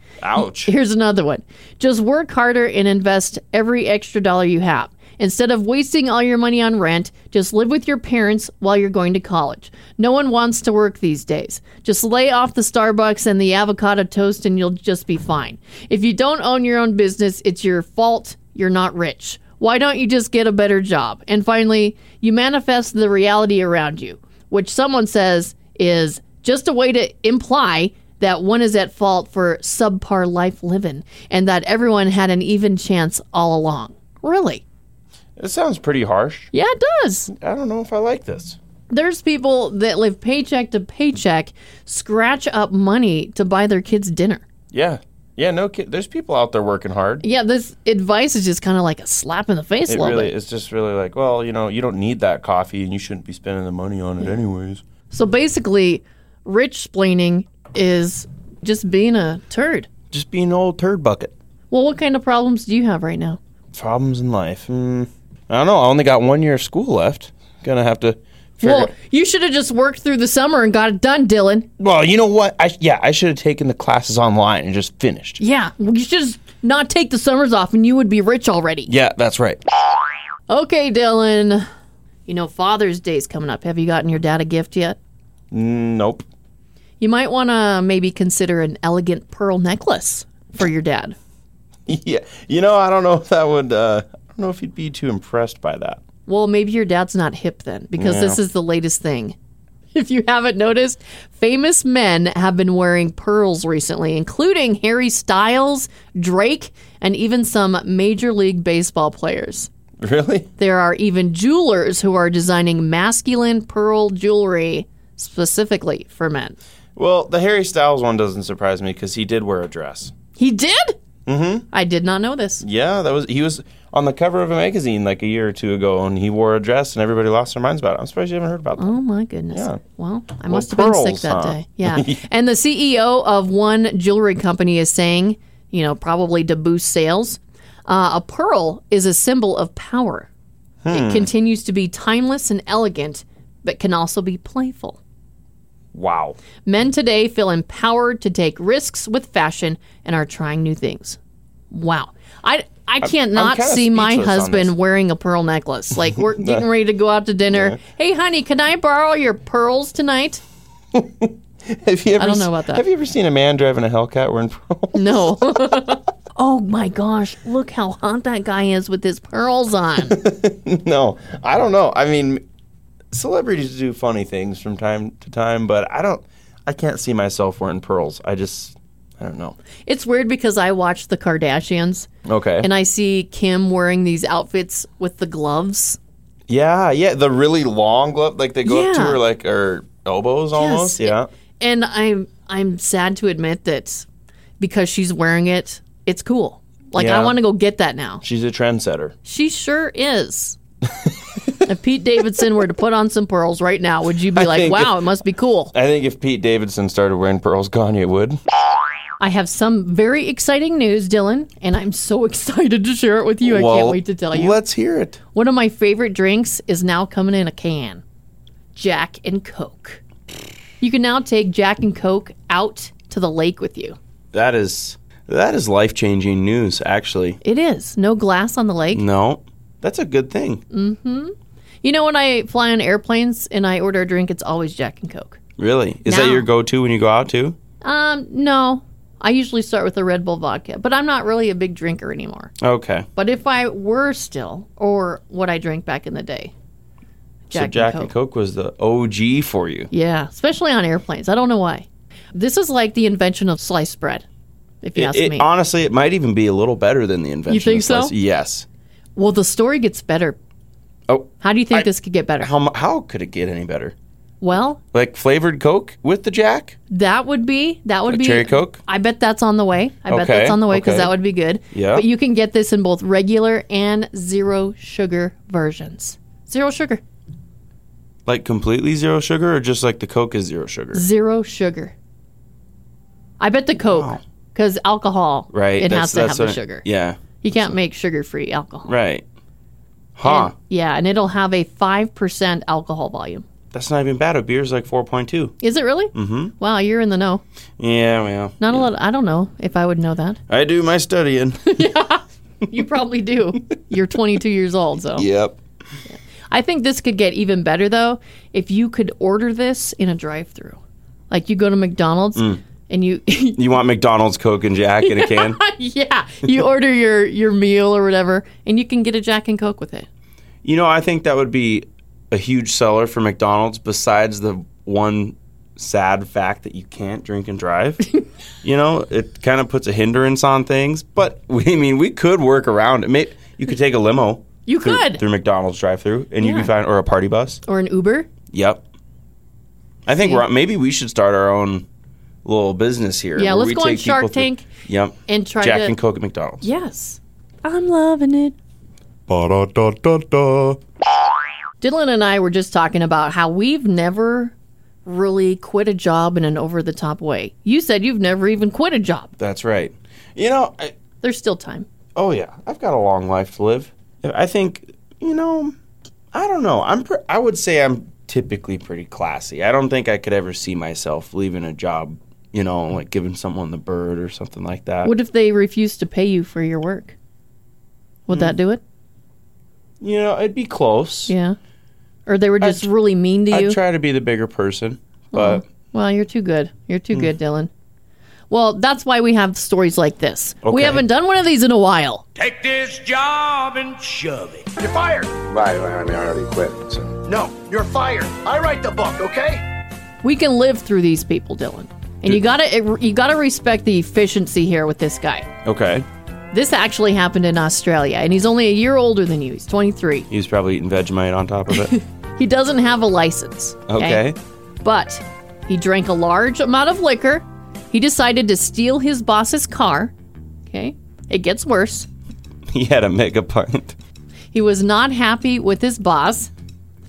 Speaker 5: Ouch.
Speaker 2: Here's another one. Just work harder and invest every extra dollar you have. Instead of wasting all your money on rent, just live with your parents while you're going to college. No one wants to work these days. Just lay off the Starbucks and the avocado toast and you'll just be fine. If you don't own your own business, it's your fault you're not rich. Why don't you just get a better job? And finally, you manifest the reality around you, which someone says is just a way to imply that one is at fault for subpar life living and that everyone had an even chance all along. Really?
Speaker 5: It sounds pretty harsh.
Speaker 2: Yeah, it does.
Speaker 5: I don't know if I like this.
Speaker 2: There's people that live paycheck to paycheck, scratch up money to buy their kids dinner.
Speaker 5: Yeah. Yeah, no kid. There's people out there working hard.
Speaker 2: Yeah, this advice is just kind of like a slap in the face a
Speaker 5: It
Speaker 2: little
Speaker 5: really,
Speaker 2: bit.
Speaker 5: it's just really like, well, you know, you don't need that coffee, and you shouldn't be spending the money on it anyways.
Speaker 2: So basically, rich splaining is just being a turd.
Speaker 5: Just be an old turd bucket.
Speaker 2: Well, what kind of problems do you have right now?
Speaker 5: Problems in life. Mm, I don't know. I only got one year of school left. Gonna have to. Figure
Speaker 2: Well, you should have just worked through the summer and got it done, Dylan.
Speaker 5: well, you know what? I yeah, I should have taken the classes online and just finished.
Speaker 2: Yeah, well, you should just not take the summers off and you would be rich already.
Speaker 5: Yeah, that's right.
Speaker 2: Okay, Dylan. You know, Father's Day's coming up. Have you gotten your dad a gift yet?
Speaker 5: Mm. Nope.
Speaker 2: You might want to maybe consider an elegant pearl necklace for your dad.
Speaker 5: Yeah, you know, I don't know if that would. Uh, I don't know if he'd be too impressed by that.
Speaker 2: Well, maybe your dad's not hip then, because this is the latest thing. If you haven't noticed, famous men have been wearing pearls recently, including Harry Styles, Drake, and even some Major League Baseball players.
Speaker 5: Really?
Speaker 2: There are even jewelers who are designing masculine pearl jewelry specifically for men.
Speaker 5: Well, the Harry Styles one doesn't surprise me because he did wear a dress.
Speaker 2: He did?
Speaker 5: Mm-hmm.
Speaker 2: I did not know this.
Speaker 5: Yeah, that was he was on the cover of a magazine like a year or two ago, and he wore a dress, and everybody lost their minds about it. I'm surprised you haven't heard about that.
Speaker 2: Oh my goodness.
Speaker 5: Yeah.
Speaker 2: Well, I
Speaker 5: Little
Speaker 2: must have been sick
Speaker 5: pearls,
Speaker 2: that
Speaker 5: huh?
Speaker 2: day. Yeah. and the CEO of one jewelry company is saying, you know, probably to boost sales, uh, a pearl is a symbol of power.
Speaker 5: Hmm.
Speaker 2: It continues to be timeless and elegant, but can also be playful.
Speaker 5: Wow.
Speaker 2: Men today feel empowered to take risks with fashion and are trying new things. Wow. I I
Speaker 5: I'm-
Speaker 2: can't
Speaker 5: I'm
Speaker 2: not
Speaker 5: kinda
Speaker 2: see my
Speaker 5: speechless on this.
Speaker 2: husband wearing a pearl necklace. Like we're getting ready to go out to dinner. Hey honey, can I borrow your pearls tonight?
Speaker 5: Have you ever
Speaker 2: I don't
Speaker 5: s-
Speaker 2: know about that.
Speaker 5: Have you ever seen a man driving a Hellcat wearing pearls?
Speaker 2: No. oh my gosh, look how hot that guy is with his pearls on.
Speaker 5: no, I don't know. I mean, celebrities do funny things from time to time, but I don't. I can't see myself wearing pearls. I just, I don't know.
Speaker 2: it's weird because I watch the Kardashians
Speaker 5: Okay.
Speaker 2: and I see Kim wearing these outfits with the gloves.
Speaker 5: yeah, yeah, the really long glove, like they go up to
Speaker 2: Yeah.
Speaker 5: her like her elbows almost. yeah.
Speaker 2: And I'm I'm sad to admit that because she's wearing it, it's cool. Like
Speaker 5: Yeah.
Speaker 2: I want to go get that now.
Speaker 5: She's a trendsetter.
Speaker 2: She sure is. if Pete Davidson were to put on some pearls right now, would you be
Speaker 5: I
Speaker 2: like,
Speaker 5: think
Speaker 2: "Wow,
Speaker 5: if-
Speaker 2: it must be cool"?
Speaker 5: I think if Pete Davidson started wearing pearls, Kanye would.
Speaker 2: I have some very exciting news, Dylan, and I'm so excited to share it with you. I can't
Speaker 5: Well,
Speaker 2: wait to tell you.
Speaker 5: Let's hear it.
Speaker 2: One of my favorite drinks is now coming in a can Jack and Coke. You can now take Jack and Coke out to the lake with you.
Speaker 5: That is that is life changing news. Actually,
Speaker 2: It is. No glass on the lake.
Speaker 5: no, that's a good thing.
Speaker 2: hmm You know, when I fly on airplanes and I order a drink, it's always Jack and Coke.
Speaker 5: Really, is that
Speaker 2: No.
Speaker 5: your go to when you go out too?
Speaker 2: Um, no. I usually start with a Red Bull vodka, but I'm not really a big drinker anymore.
Speaker 5: Okay.
Speaker 2: But if I were still, or what I drank back in the day,
Speaker 5: so Jack and Coke. was the OG for you.
Speaker 2: Yeah, especially on airplanes. I don't know why. This is like the invention of sliced bread, if you
Speaker 5: It-
Speaker 2: ask
Speaker 5: it-
Speaker 2: me.
Speaker 5: honestly, it might even be a little better than the invention.
Speaker 2: think
Speaker 5: of slice-
Speaker 2: so?
Speaker 5: Yes.
Speaker 2: well, the story gets better.
Speaker 5: Oh,
Speaker 2: How do you think this could get better?
Speaker 5: how mu- how could it get any better?
Speaker 2: Well,
Speaker 5: Like flavored Coke with the Jack?
Speaker 2: that would be that would
Speaker 5: Like
Speaker 2: be
Speaker 5: cherry Coke?
Speaker 2: I bet that's on the way. I bet
Speaker 5: Okay,
Speaker 2: that's on the way because
Speaker 5: okay.
Speaker 2: that would be good.
Speaker 5: Yeah.
Speaker 2: But you can get this in both regular and zero sugar versions. Zero sugar.
Speaker 5: Like completely zero sugar, or just like the Coke is zero sugar?
Speaker 2: Zero sugar. I bet the Coke because alcohol.
Speaker 5: Right.
Speaker 2: It has
Speaker 5: that's-
Speaker 2: to
Speaker 5: that's
Speaker 2: have the
Speaker 5: what I-
Speaker 2: sugar.
Speaker 5: Yeah.
Speaker 2: You can't make sugar-free alcohol.
Speaker 5: Right. Huh.
Speaker 2: Yeah, and it'll have a five percent alcohol volume.
Speaker 5: that's not even bad. A beer's like 4.2.
Speaker 2: Is it really?
Speaker 5: Mm-hmm.
Speaker 2: Wow, you're in the know.
Speaker 5: Yeah, well.
Speaker 2: Not a lot. I don't know if I would know that.
Speaker 5: I do my studying.
Speaker 2: You probably do. you're 22 years old, so.
Speaker 5: yep.
Speaker 2: I think this could get even better though if you could order this in a drive-through. Like you go to McDonald's
Speaker 5: Mm.
Speaker 2: and you
Speaker 5: You want McDonald's Coke and Jack in a can?
Speaker 2: yeah, you order your your meal or whatever and you can get a Jack and Coke with it.
Speaker 5: You know, I think that would be a huge seller for McDonald's besides the one sad fact that you can't drink and drive. you know, it kind of puts a hindrance on things, but we, I mean, we could work around it. Maybe you could take a limo.
Speaker 2: You
Speaker 5: through,
Speaker 2: could.
Speaker 5: through McDonald's drive-through and you
Speaker 2: Yeah.
Speaker 5: can find or a party bus.
Speaker 2: Or an Uber?
Speaker 5: Yep. I think
Speaker 2: See?
Speaker 5: we're, maybe we should start our own little business here.
Speaker 2: Yeah,
Speaker 5: where
Speaker 2: let's
Speaker 5: we
Speaker 2: go on
Speaker 5: take people
Speaker 2: Shark
Speaker 5: through-
Speaker 2: Tank
Speaker 5: Yep.
Speaker 2: and try
Speaker 5: Jack
Speaker 2: to-
Speaker 5: and Coke at McDonald's.
Speaker 2: Yes. I'm loving it.
Speaker 9: Ba-da-da-da-da.
Speaker 2: Dylan and I were just talking about how we've never really quit a job in an over the top way. You said you've never even quit a job.
Speaker 5: That's right. You know, I,
Speaker 2: There's still time.
Speaker 5: Oh yeah, I've got a long life to live. I think you know. I don't know. I'm. Pre- I would say I'm typically pretty classy. I don't think I could ever see myself leaving a job. You know, like giving someone the bird or something like that.
Speaker 2: What if they refuse to pay you for your work? Would
Speaker 5: Hmm.
Speaker 2: that do it?
Speaker 5: you know, it'd be close.
Speaker 2: Yeah. Or they were
Speaker 5: I'd
Speaker 2: just
Speaker 5: tr-
Speaker 2: really mean to you?
Speaker 5: I'd try to be the bigger person, but
Speaker 2: Oh,
Speaker 5: Hmm.
Speaker 2: Well, you're too good. You're too good, Dylan. Well, that's why we have stories like this. We
Speaker 5: Okay.
Speaker 2: haven't done one of these in a while.
Speaker 11: Take this job and shove it. You're fired.
Speaker 12: Right, right, I mean, I already quit. So.
Speaker 11: No, you're fired. I write the book, okay?
Speaker 2: We can live through these people, Dylan. And you gotta you gotta respect the efficiency here with this guy.
Speaker 5: okay.
Speaker 2: This actually happened in Australia, and he's only a year older than you. He's 23.
Speaker 5: He was probably eating Vegemite on top of it.
Speaker 2: He doesn't have a license.
Speaker 5: okay.
Speaker 2: But he drank a large amount of liquor. He decided to steal his boss's car. Okay. It gets worse.
Speaker 5: He had a mega part.
Speaker 2: He was not happy with his boss.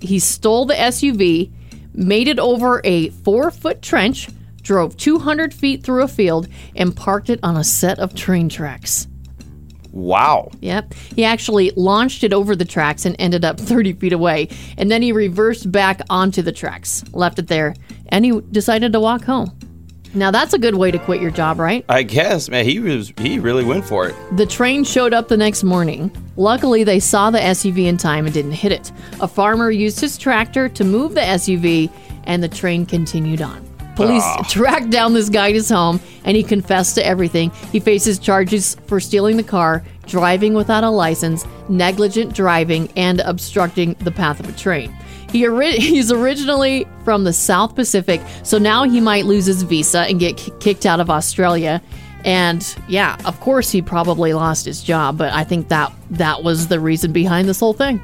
Speaker 2: He stole the SUV, made it over a four foot trench, drove 200 feet through a field, and parked it on a set of train tracks.
Speaker 5: Wow.
Speaker 2: Yep. He actually launched it over the tracks and ended up 30 feet away. And then he reversed back onto the tracks, left it there, and he decided to walk home. Now, that's a good way to quit your job, right?
Speaker 5: I guess, man, he was he really went for it.
Speaker 2: The train showed up the next morning. Luckily, they saw the SUV in time and didn't hit it. A farmer used his tractor to move the SUV, and the train continued on. Police
Speaker 13: Ah.
Speaker 2: tracked down this guy at his home, and he confessed to everything. He faces charges for stealing the car, driving without a license, negligent driving, and obstructing the path of a train. He ori- he's originally from the South Pacific, so now he might lose his visa and get ki- kicked out of Australia. And yeah, of course he probably lost his job, but I think that that was the reason behind this whole thing.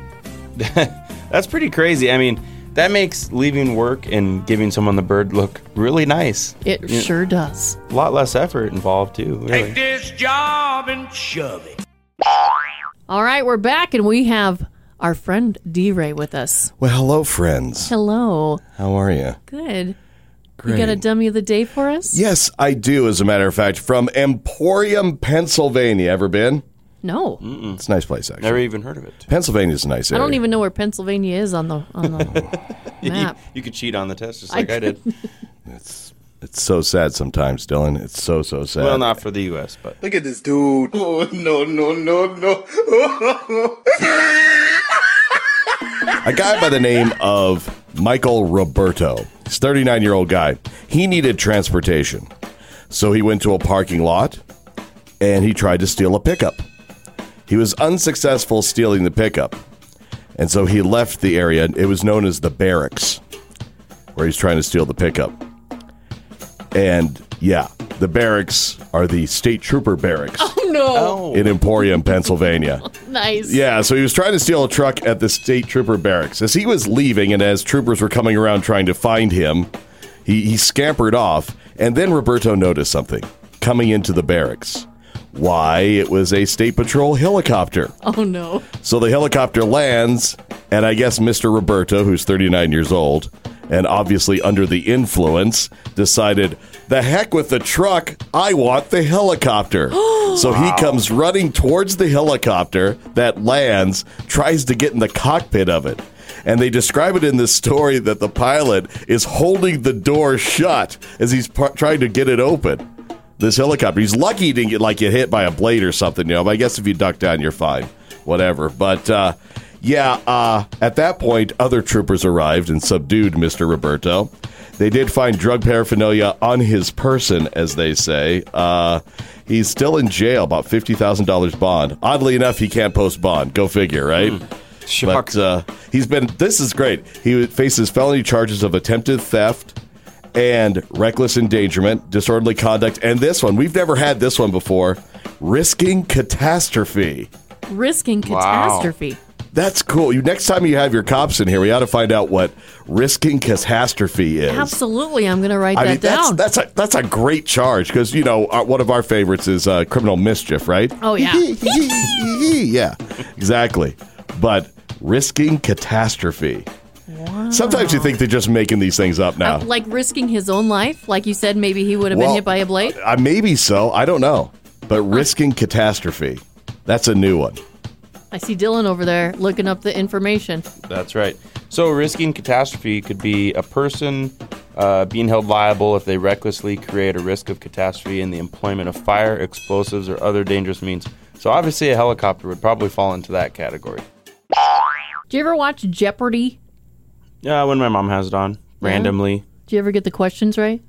Speaker 5: That's pretty crazy. I mean, that makes leaving work and giving someone the bird look really nice.
Speaker 2: It
Speaker 5: You-
Speaker 2: sure does.
Speaker 5: A lot less effort involved too. Really.
Speaker 11: Take this job and shove it.
Speaker 2: All right, we're back and we have our friend D Ray with us.
Speaker 9: Well, hello, friends.
Speaker 2: Hello.
Speaker 9: How are you?
Speaker 2: Good.
Speaker 9: Great.
Speaker 2: You got a dummy of the day for us?
Speaker 9: Yes, I do, as a matter of fact, from Emporium, Pennsylvania. Ever been?
Speaker 2: No.
Speaker 9: It's a nice place, actually.
Speaker 5: Never even heard of it.
Speaker 9: Pennsylvania's a nice
Speaker 2: I
Speaker 9: area.
Speaker 2: don't even know where Pennsylvania is on the on the
Speaker 5: you,
Speaker 2: map.
Speaker 5: you could cheat on the test just
Speaker 2: I
Speaker 5: like I, did.
Speaker 9: It's so sad sometimes, Dylan. It's so, so sad.
Speaker 5: Well, not for the U.S., but
Speaker 14: Look at this dude. Oh, no, no, no, no.
Speaker 9: a guy by the name of Michael Roberto. He's 39 year old guy. He needed transportation. So he went to a parking lot and he tried to steal a pickup. He was unsuccessful stealing the pickup. And so he left the area. It was known as the barracks where he's trying to steal the pickup. And yeah, the barracks are the state trooper barracks
Speaker 2: Oh no.
Speaker 9: in Emporium, Pennsylvania.
Speaker 2: Nice.
Speaker 9: Yeah, so he was trying to steal a truck at the state trooper barracks. As he was leaving and as troopers were coming around trying to find him, he, he scampered off, and then Roberto noticed something coming into the barracks. Why? It was a state patrol helicopter.
Speaker 2: Oh no.
Speaker 9: So the helicopter lands, and I guess Mr. Roberto, who's 39 years old and obviously under the influence, decided, the heck with the truck, I want the helicopter. so he comes running towards the helicopter that lands, tries to get in the cockpit of it. And they describe it in this story that the pilot is holding the door shut as he's par- trying to get it open this helicopter. He's lucky he didn't get like get hit by a blade or something, you know. But I guess if you duck down, you're fine. Whatever. But uh, yeah, uh, at that point, other troopers arrived and subdued Mr. Roberto. They did find drug paraphernalia on his person, as they say. Uh, he's still in jail, about fifty thousand dollars bond. Oddly enough, he can't post bond. Go figure, right? But uh, he's been. This is great. He faces felony charges of attempted theft and reckless endangerment, disorderly conduct, and this one we've never had this one before: risking catastrophe.
Speaker 2: Risking
Speaker 9: Wow.
Speaker 2: catastrophe.
Speaker 9: That's cool. You next time you have your cops in here, we ought to find out what risking catastrophe is.
Speaker 2: Absolutely. I'm going to write that down.
Speaker 9: that's that's a that's a great charge because you know our, one of our favorites is uh, criminal mischief, right?
Speaker 2: oh yeah.
Speaker 9: yeah, exactly. But risking catastrophe. Sometimes
Speaker 2: Oh.
Speaker 9: you think they're just making these things up now.
Speaker 2: like risking his own life, like you said maybe he would have been
Speaker 9: Well,
Speaker 2: hit by a blade.
Speaker 9: Uh, maybe so. I don't know. But risking catastrophe. That's a new one.
Speaker 2: I see Dylan over there looking up the information.
Speaker 5: That's right. So, risking catastrophe could be a person uh, being held liable if they recklessly create a risk of catastrophe in the employment of fire, explosives, or other dangerous means. So, obviously, a helicopter would probably fall into that category.
Speaker 2: Do you ever watch Jeopardy?
Speaker 5: Yeah, when my mom has it on randomly,
Speaker 2: Do you ever get the questions right?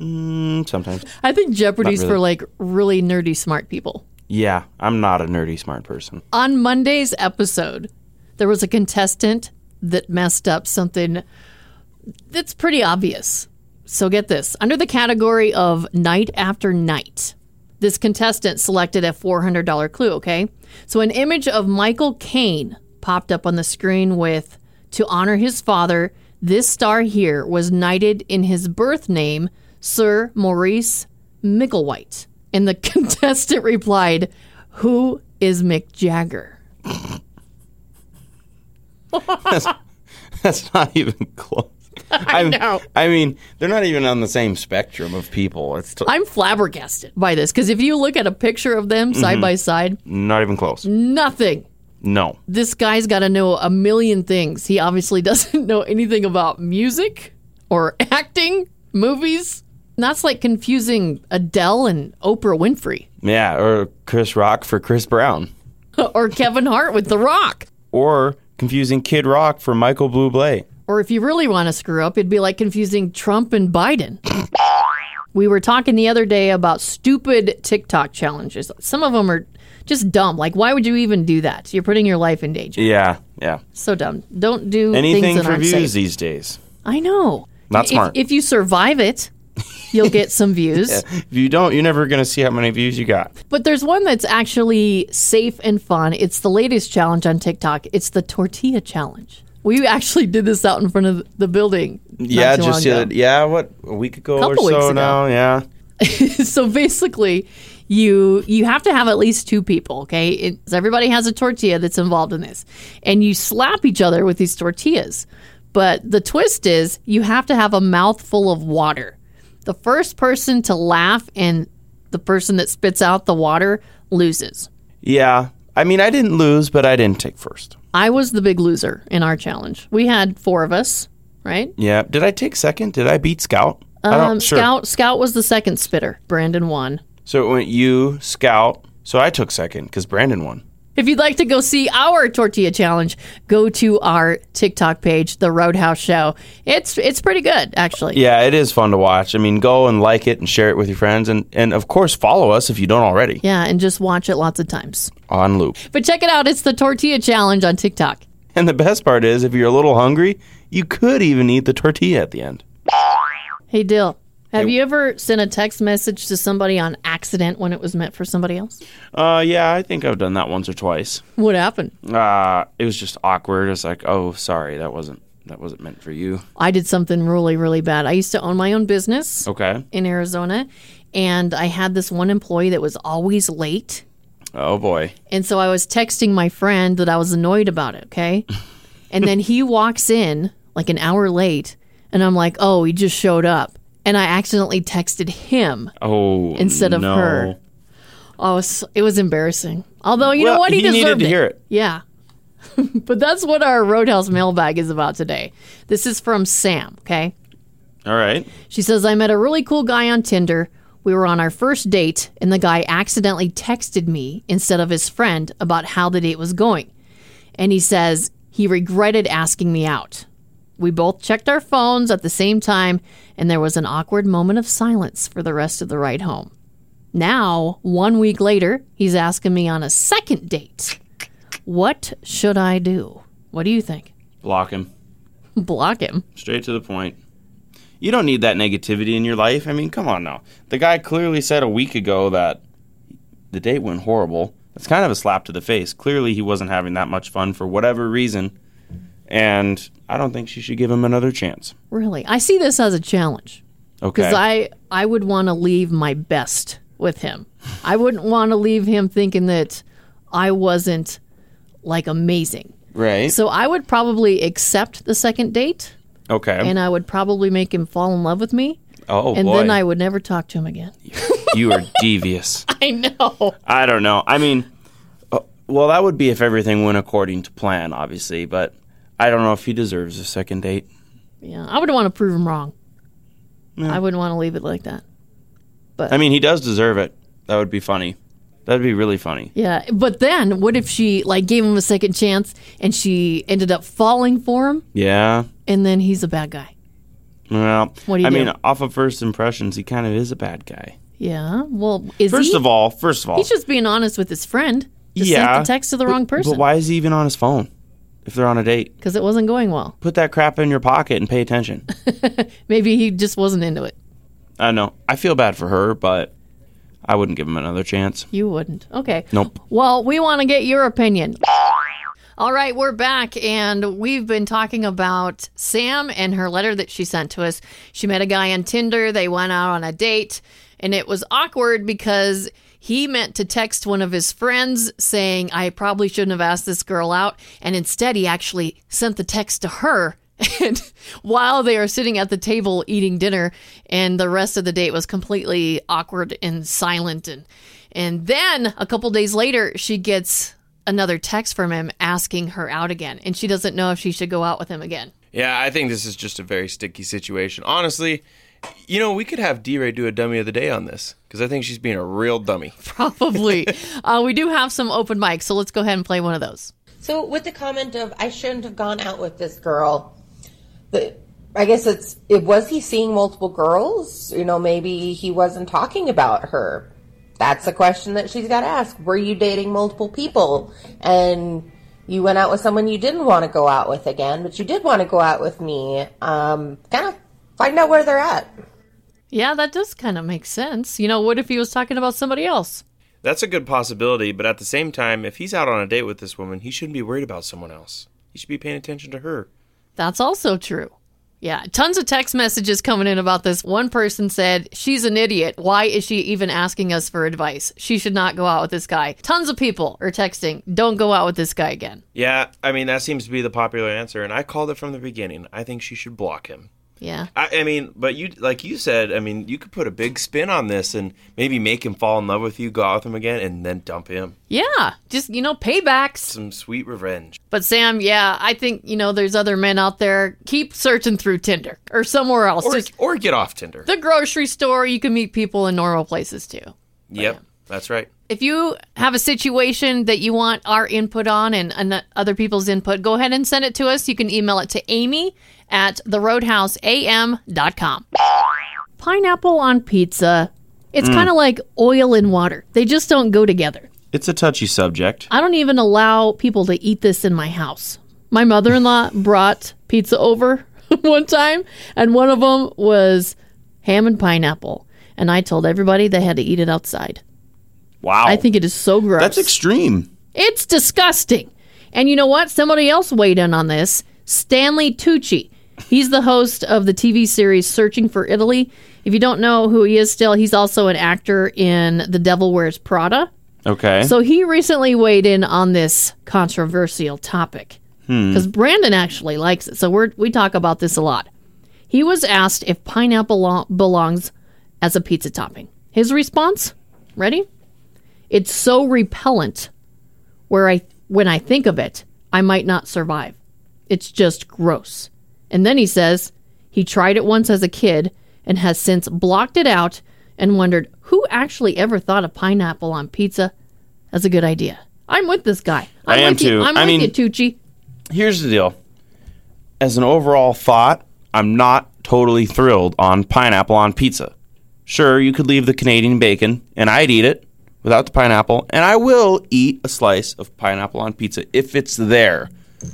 Speaker 5: mm, sometimes.
Speaker 2: I think Jeopardy's
Speaker 5: Not really.
Speaker 2: for like really nerdy smart people.
Speaker 5: Yeah, I'm not a nerdy smart person.
Speaker 2: On Monday's episode, there was a contestant that messed up something that's pretty obvious. So get this. Under the category of night after night, this contestant selected a $400 clue, okay? So an image of Michael Caine popped up on the screen with to honor his father, this star here was knighted in his birth name, Sir Maurice Micklewhite. And the contestant replied, Who is Mick Jagger?
Speaker 5: that's, that's not even close.
Speaker 2: I
Speaker 5: I'm-
Speaker 2: know.
Speaker 5: I mean, they're not even on the same spectrum of people. It's t-
Speaker 2: I'm flabbergasted by this because if you look at a picture of them side
Speaker 5: Mhm.
Speaker 2: by side,
Speaker 5: not even close.
Speaker 2: nothing.
Speaker 5: No.
Speaker 2: This guy's got to know a million things. He obviously doesn't know anything about music or acting, movies. And that's like confusing Adele and Oprah Winfrey
Speaker 5: Yeah, or Chris Rock for Chris Brown,
Speaker 2: or Kevin Hart with The Rock.
Speaker 5: or confusing Kid Rock for Michael Bublé.
Speaker 2: Or if you really want to screw up, it'd be like confusing Trump and Biden. we were talking the other day about stupid TikTok challenges. Some of them are just dumb. Like, why would you even do that? You're putting your life in danger.
Speaker 5: Yeah, yeah.
Speaker 2: So dumb. Don't do things
Speaker 5: Anything
Speaker 2: that
Speaker 5: for
Speaker 2: aren't safe.
Speaker 5: views these days.
Speaker 2: I know.
Speaker 5: Not
Speaker 2: If-
Speaker 5: smart.
Speaker 2: If, you survive it, you'll get some views.
Speaker 5: Yeah. If you don't, you're never going to see how many views you got.
Speaker 2: But there's one that's actually safe and fun. It's the latest challenge on TikTok. It's the tortilla challenge. We actually did this out in front of the building. not
Speaker 5: yeah,
Speaker 2: too
Speaker 5: just
Speaker 2: long
Speaker 5: the
Speaker 2: ago.
Speaker 5: other- yeah, what a week ago or
Speaker 2: Couple
Speaker 5: so
Speaker 2: weeks ago.
Speaker 5: now. Yeah,
Speaker 2: so basically you you have to have at least two people okay it, so everybody has a tortilla that's involved in this and you slap each other with these tortillas but the twist is you have to have a mouthful of water the first person to laugh and the person that spits out the water loses
Speaker 5: yeah. I mean, I didn't lose, but I didn't take first.
Speaker 2: i was the big loser in our challenge we had four of us right Um,
Speaker 5: Yeah, did I take second? Did I beat Scout? I don't sure.
Speaker 2: scout scout was the second spitter brandon won
Speaker 5: So it went you, Scout. So I took second because Brandon won.
Speaker 2: If you'd like to go see our tortilla challenge, go to our TikTok page, The Roadhouse Show. It's it's pretty good, actually.
Speaker 5: Yeah, it is fun to watch. I mean, go and like it and share it with your friends, and and of course follow us if you don't already
Speaker 2: Yeah, and just watch it lots of times.
Speaker 5: on loop.
Speaker 2: But check it out. It's the tortilla challenge on TikTok.
Speaker 5: And the best part is, if you're a little hungry, you could even eat the tortilla at the end.
Speaker 2: Hey, Dill, have
Speaker 5: Hey.
Speaker 2: you ever sent a text message to somebody on accident when it was meant for somebody else?
Speaker 5: Uh, yeah, I think I've done that once or twice.
Speaker 2: What happened?
Speaker 5: Uh, it was just awkward. It's like, oh, sorry, that wasn't that wasn't meant for you.
Speaker 2: I did something really, really bad. I used to own my own business
Speaker 5: Okay.
Speaker 2: in Arizona, and I had this one employee that was always late.
Speaker 5: Oh boy.
Speaker 2: And so I was texting my friend that I was annoyed about it, okay? And then he walks in like an hour late, and I'm like, oh, he just showed up. And I accidentally texted him.
Speaker 5: Oh,
Speaker 2: Instead of
Speaker 5: no.
Speaker 2: her. Oh, s- it was embarrassing. Although, you know
Speaker 5: Well,
Speaker 2: what? He,
Speaker 5: he needed
Speaker 2: deserved
Speaker 5: to
Speaker 2: it.
Speaker 5: hear it.
Speaker 2: Yeah. but that's what our Roadhouse mailbag is about today. This is from Sam, okay?
Speaker 5: All right.
Speaker 2: She says, I met a really cool guy on Tinder. We were on our first date, and the guy accidentally texted me instead of his friend about how the date was going. And he says he regretted asking me out. We both checked our phones at the same time, and there was an awkward moment of silence for the rest of the ride home. Now, one week later, he's asking me on a second date. What should I do? What do you think?
Speaker 5: Block him.
Speaker 2: Block him.
Speaker 5: Straight to the point. You don't need that negativity in your life. I mean, come on now. The guy clearly said a week ago that the date went horrible. That's kind of a slap to the face. Clearly, he wasn't having that much fun for whatever reason. And I don't think she should give him another chance.
Speaker 2: Really? I see this as a challenge.
Speaker 5: Okay.
Speaker 2: because I I would want to leave my best with him. I wouldn't want to leave him thinking that I wasn't like amazing.
Speaker 5: right.
Speaker 2: So I would probably accept the second date,
Speaker 5: okay.
Speaker 2: and I would probably make him fall in love with me,
Speaker 5: oh
Speaker 2: and
Speaker 5: boy.
Speaker 2: then I would never talk to him again.
Speaker 5: you are devious.
Speaker 2: I know.
Speaker 5: I don't know. I mean, uh, well, that would be if everything went according to plan, obviously. But I don't know if he deserves a second date.
Speaker 2: Yeah, I would want to prove him wrong.
Speaker 5: Yeah.
Speaker 2: I wouldn't want to leave it like that.
Speaker 5: I mean, he does deserve it. That would be funny. That'd be really funny.
Speaker 2: Yeah, but then what if she like gave him a second chance and she ended up falling for him,
Speaker 5: Yeah.
Speaker 2: and then he's a bad guy?
Speaker 5: Well,
Speaker 2: What do you
Speaker 5: I mean,
Speaker 2: do?
Speaker 5: off of first impressions, he kind of is a bad guy.
Speaker 2: Yeah. Well, is
Speaker 5: first
Speaker 2: he?
Speaker 5: of all, first of all,
Speaker 2: He's just being honest with his friend. Just
Speaker 5: yeah,
Speaker 2: sent the text to the
Speaker 5: But-
Speaker 2: wrong
Speaker 5: But
Speaker 2: person
Speaker 5: why is he even on his phone if they're on a date?
Speaker 2: because it wasn't going well.
Speaker 5: Put that crap in your pocket and pay attention.
Speaker 2: Maybe he just wasn't into it.
Speaker 5: I know. I feel bad for her, but I wouldn't give him another chance.
Speaker 2: You wouldn't. Okay.
Speaker 5: Nope.
Speaker 2: Well, we want to get your opinion. All right, we're back, and we've been talking about Sam and her letter that she sent to us. She met a guy on Tinder, they went out on a date, and it was awkward because he meant to text one of his friends saying, I probably shouldn't have asked this girl out, and instead he actually sent the text to her. And while they are sitting at the table eating dinner, and the rest of the date was completely awkward and silent, and and then a couple days later, she gets another text from him asking her out again, and she doesn't know if she should go out with him again.
Speaker 15: Yeah, I think this is just a very sticky situation. Honestly, you know, we could have D Ray do a dummy of the day on this because I think she's being a real dummy.
Speaker 2: Probably. uh, we do have some open mics, so let's go ahead and play one of those.
Speaker 16: So, with the comment of "I shouldn't have gone out with this girl," the, I guess it's it was he seeing multiple girls? You know, maybe he wasn't talking about her. That's a question that she's got to ask. Were you dating multiple people, and you went out with someone you didn't want to go out with again, but you did want to go out with me? Um, kind of find out where they're at.
Speaker 2: Yeah, that does kind of make sense. You know, what if he was talking about somebody else?
Speaker 15: That's a good possibility, but at the same time, if he's out on a date with this woman, he shouldn't be worried about someone else. He should be paying attention to her.
Speaker 2: That's also true. Yeah, tons of text messages coming in about this. One person said, She's an idiot. Why is she even asking us for advice? She should not go out with this guy. Tons of people are texting, Don't go out with this guy again.
Speaker 15: Yeah, I mean, that seems to be the popular answer, and I called it from the beginning. I think she should block him.
Speaker 2: Yeah.
Speaker 15: I, I mean, but you, like you said, I mean, you could put a big spin on this and maybe make him fall in love with you, go out with him again, and then dump him.
Speaker 2: Yeah, just, you know, paybacks.
Speaker 15: Some sweet revenge.
Speaker 2: But Sam, yeah, I think, you know, there's other men out there. Keep searching through Tinder or somewhere else.
Speaker 15: Or,
Speaker 2: Just
Speaker 15: or get off Tinder.
Speaker 2: the grocery store, you can meet people in normal places too.
Speaker 15: Yep, that's right.
Speaker 2: If you have a situation that you want our input on and, and other people's input, go ahead and send it to us. You can email it to amy at theroadhouseam.com. Pineapple on pizza. It's
Speaker 5: Mm.
Speaker 2: kind of like oil and water, they just don't go together.
Speaker 5: It's a touchy subject.
Speaker 2: I don't even allow people to eat this in my house. My mother in law brought pizza over one time, and one of them was ham and pineapple. And I told everybody they had to eat it outside.
Speaker 5: Wow.
Speaker 2: I think it is so gross.
Speaker 5: That's extreme.
Speaker 2: It's disgusting. And you know what? Somebody else weighed in on this Stanley Tucci. He's the host of the TV series Searching for Italy. If you don't know who he is still, he's also an actor in The Devil Wears Prada.
Speaker 5: Okay.
Speaker 2: So he recently weighed in on this controversial topic
Speaker 5: Hmm.
Speaker 2: because Brandon actually likes it. So we are we talk about this a lot. He was asked if pineapple lo- belongs as a pizza topping. His response, ready? It's so repellent. Where I when I think of it, I might not survive. It's just gross. And then he says he tried it once as a kid and has since blocked it out and wondered who actually ever thought of pineapple on pizza as a good idea. I'm with this guy.
Speaker 5: I
Speaker 2: I'm
Speaker 5: am
Speaker 2: with you.
Speaker 5: too.
Speaker 2: I'm
Speaker 5: I
Speaker 2: with
Speaker 5: mean-
Speaker 2: you, Tucci.
Speaker 5: Here's the deal. As an overall thought, I'm not totally thrilled on pineapple on pizza. Sure, you could leave the Canadian bacon, and I'd eat it without the pineapple, and I will eat a slice of pineapple on pizza if it's there.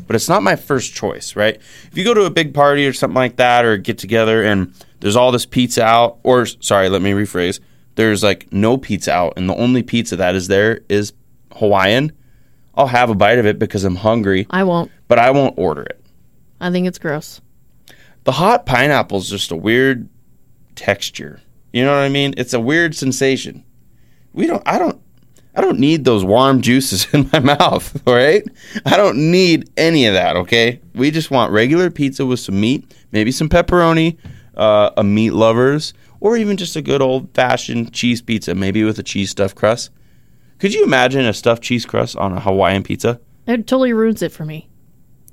Speaker 5: But it's not my first choice, right? If you go to a big party or something like that, or get together and there's all this pizza out, or sorry, let me rephrase, there's like no pizza out, and the only pizza that is there is Hawaiian, I'll have a bite of it because I'm hungry.
Speaker 2: I won't.
Speaker 5: But I won't order it.
Speaker 2: I think it's gross.
Speaker 5: The hot pineapple is just a weird texture. You know what I mean? It's a weird sensation. We don't I don't I don't need those warm juices in my mouth, all right? I don't need any of that, okay? We just want regular pizza with some meat, maybe some pepperoni, uh, a meat lovers, or even just a good old fashioned cheese pizza, maybe with a cheese stuffed crust. Could you imagine a stuffed cheese crust on a Hawaiian pizza?
Speaker 2: It totally ruins it for me.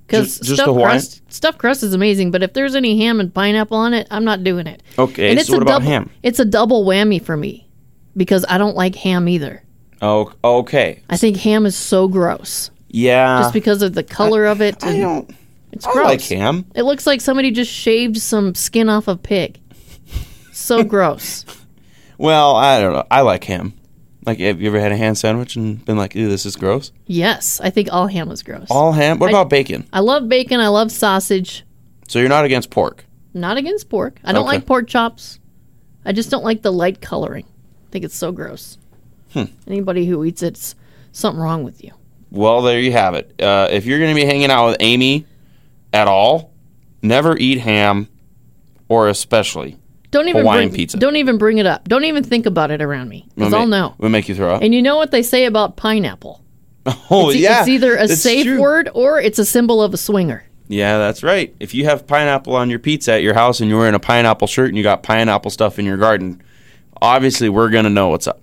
Speaker 2: Because
Speaker 5: Just- just
Speaker 2: stuffed
Speaker 5: the Hawaiian?
Speaker 2: crust, stuffed crust is amazing, but if there's any ham and pineapple on it, I'm not doing it.
Speaker 5: Okay,
Speaker 2: and
Speaker 5: so what
Speaker 2: a
Speaker 5: about
Speaker 2: double,
Speaker 5: ham?
Speaker 2: It's a double whammy for me because I don't like ham either.
Speaker 5: Oh, okay.
Speaker 2: I think ham is so gross
Speaker 5: Yeah.
Speaker 2: just because of the color of it. I
Speaker 5: Uh, don't.
Speaker 2: It's
Speaker 5: I
Speaker 2: gross.
Speaker 5: like ham.
Speaker 2: It looks like somebody just shaved some skin off a pig. So gross.
Speaker 5: Well, I don't know. I like ham. Like, have you ever had a ham sandwich and been like, "Ew, this is gross"?
Speaker 2: Yes, I think all ham is gross.
Speaker 5: All ham. What
Speaker 2: I-
Speaker 5: about bacon?
Speaker 2: I love bacon. I love sausage.
Speaker 5: So you're not against pork.
Speaker 2: Not against pork. I don't
Speaker 5: Okay.
Speaker 2: like pork chops. I just don't like the light coloring. I think it's so gross.
Speaker 5: Hmm.
Speaker 2: Anybody who eats it's something wrong with you.
Speaker 17: Well, there you have it. Uh, if you're going to be hanging out with Amy at all, never eat ham, or especially
Speaker 2: Don't even
Speaker 17: Hawaiian
Speaker 2: bring,
Speaker 17: pizza.
Speaker 2: Don't even bring it up. Don't even think about it around me because
Speaker 17: We'll
Speaker 2: I'll
Speaker 17: ma-
Speaker 2: know.
Speaker 17: We'll make you throw up.
Speaker 2: And you know what they say about pineapple?
Speaker 17: oh
Speaker 2: it's, e-
Speaker 17: yeah,
Speaker 2: it's either a
Speaker 17: that's
Speaker 2: safe
Speaker 17: true.
Speaker 2: word or it's a symbol of a swinger.
Speaker 17: Yeah, that's right. If you have pineapple on your pizza at your house and you're wearing a pineapple shirt and you got pineapple stuff in your garden, obviously we're gonna know what's up.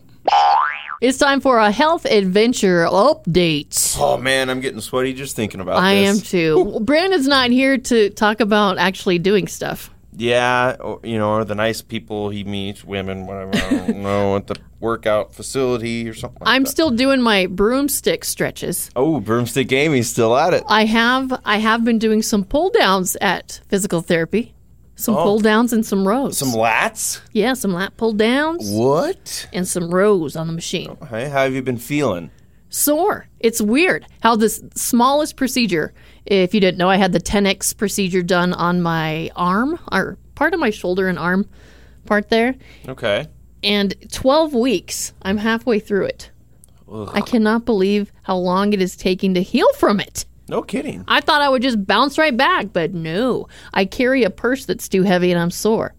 Speaker 2: It's time for a health adventure update.
Speaker 5: Oh man, I'm getting sweaty just thinking about
Speaker 2: I
Speaker 5: this.
Speaker 2: am too. Well, Brandon's not here to talk about actually doing stuff.
Speaker 5: Yeah, or, you know, or the nice people he meets, women, whatever. I don't know at the workout facility or something.
Speaker 2: I'm still doing my broomstick stretches.
Speaker 5: Oh, broomstick Amy's still at it.
Speaker 2: I have I have been doing some pull downs at physical therapy. Some
Speaker 5: Oh.
Speaker 2: pull downs and some rows.
Speaker 5: Some lats.
Speaker 2: yeah, some lat pull downs.
Speaker 5: What? Oh,
Speaker 2: And some rows on the machine.
Speaker 5: Hey, how have you been feeling?
Speaker 2: sore. It's weird how this smallest procedure, if you didn't know, I had the 10x procedure done on my arm or part of my shoulder and arm part there.
Speaker 5: Okay.
Speaker 2: And 12 weeks, I'm halfway through it. I cannot believe how long it is taking to heal from it.
Speaker 5: No kidding.
Speaker 2: I thought I would just bounce right back, but no. I carry a purse that's too heavy and I'm sore.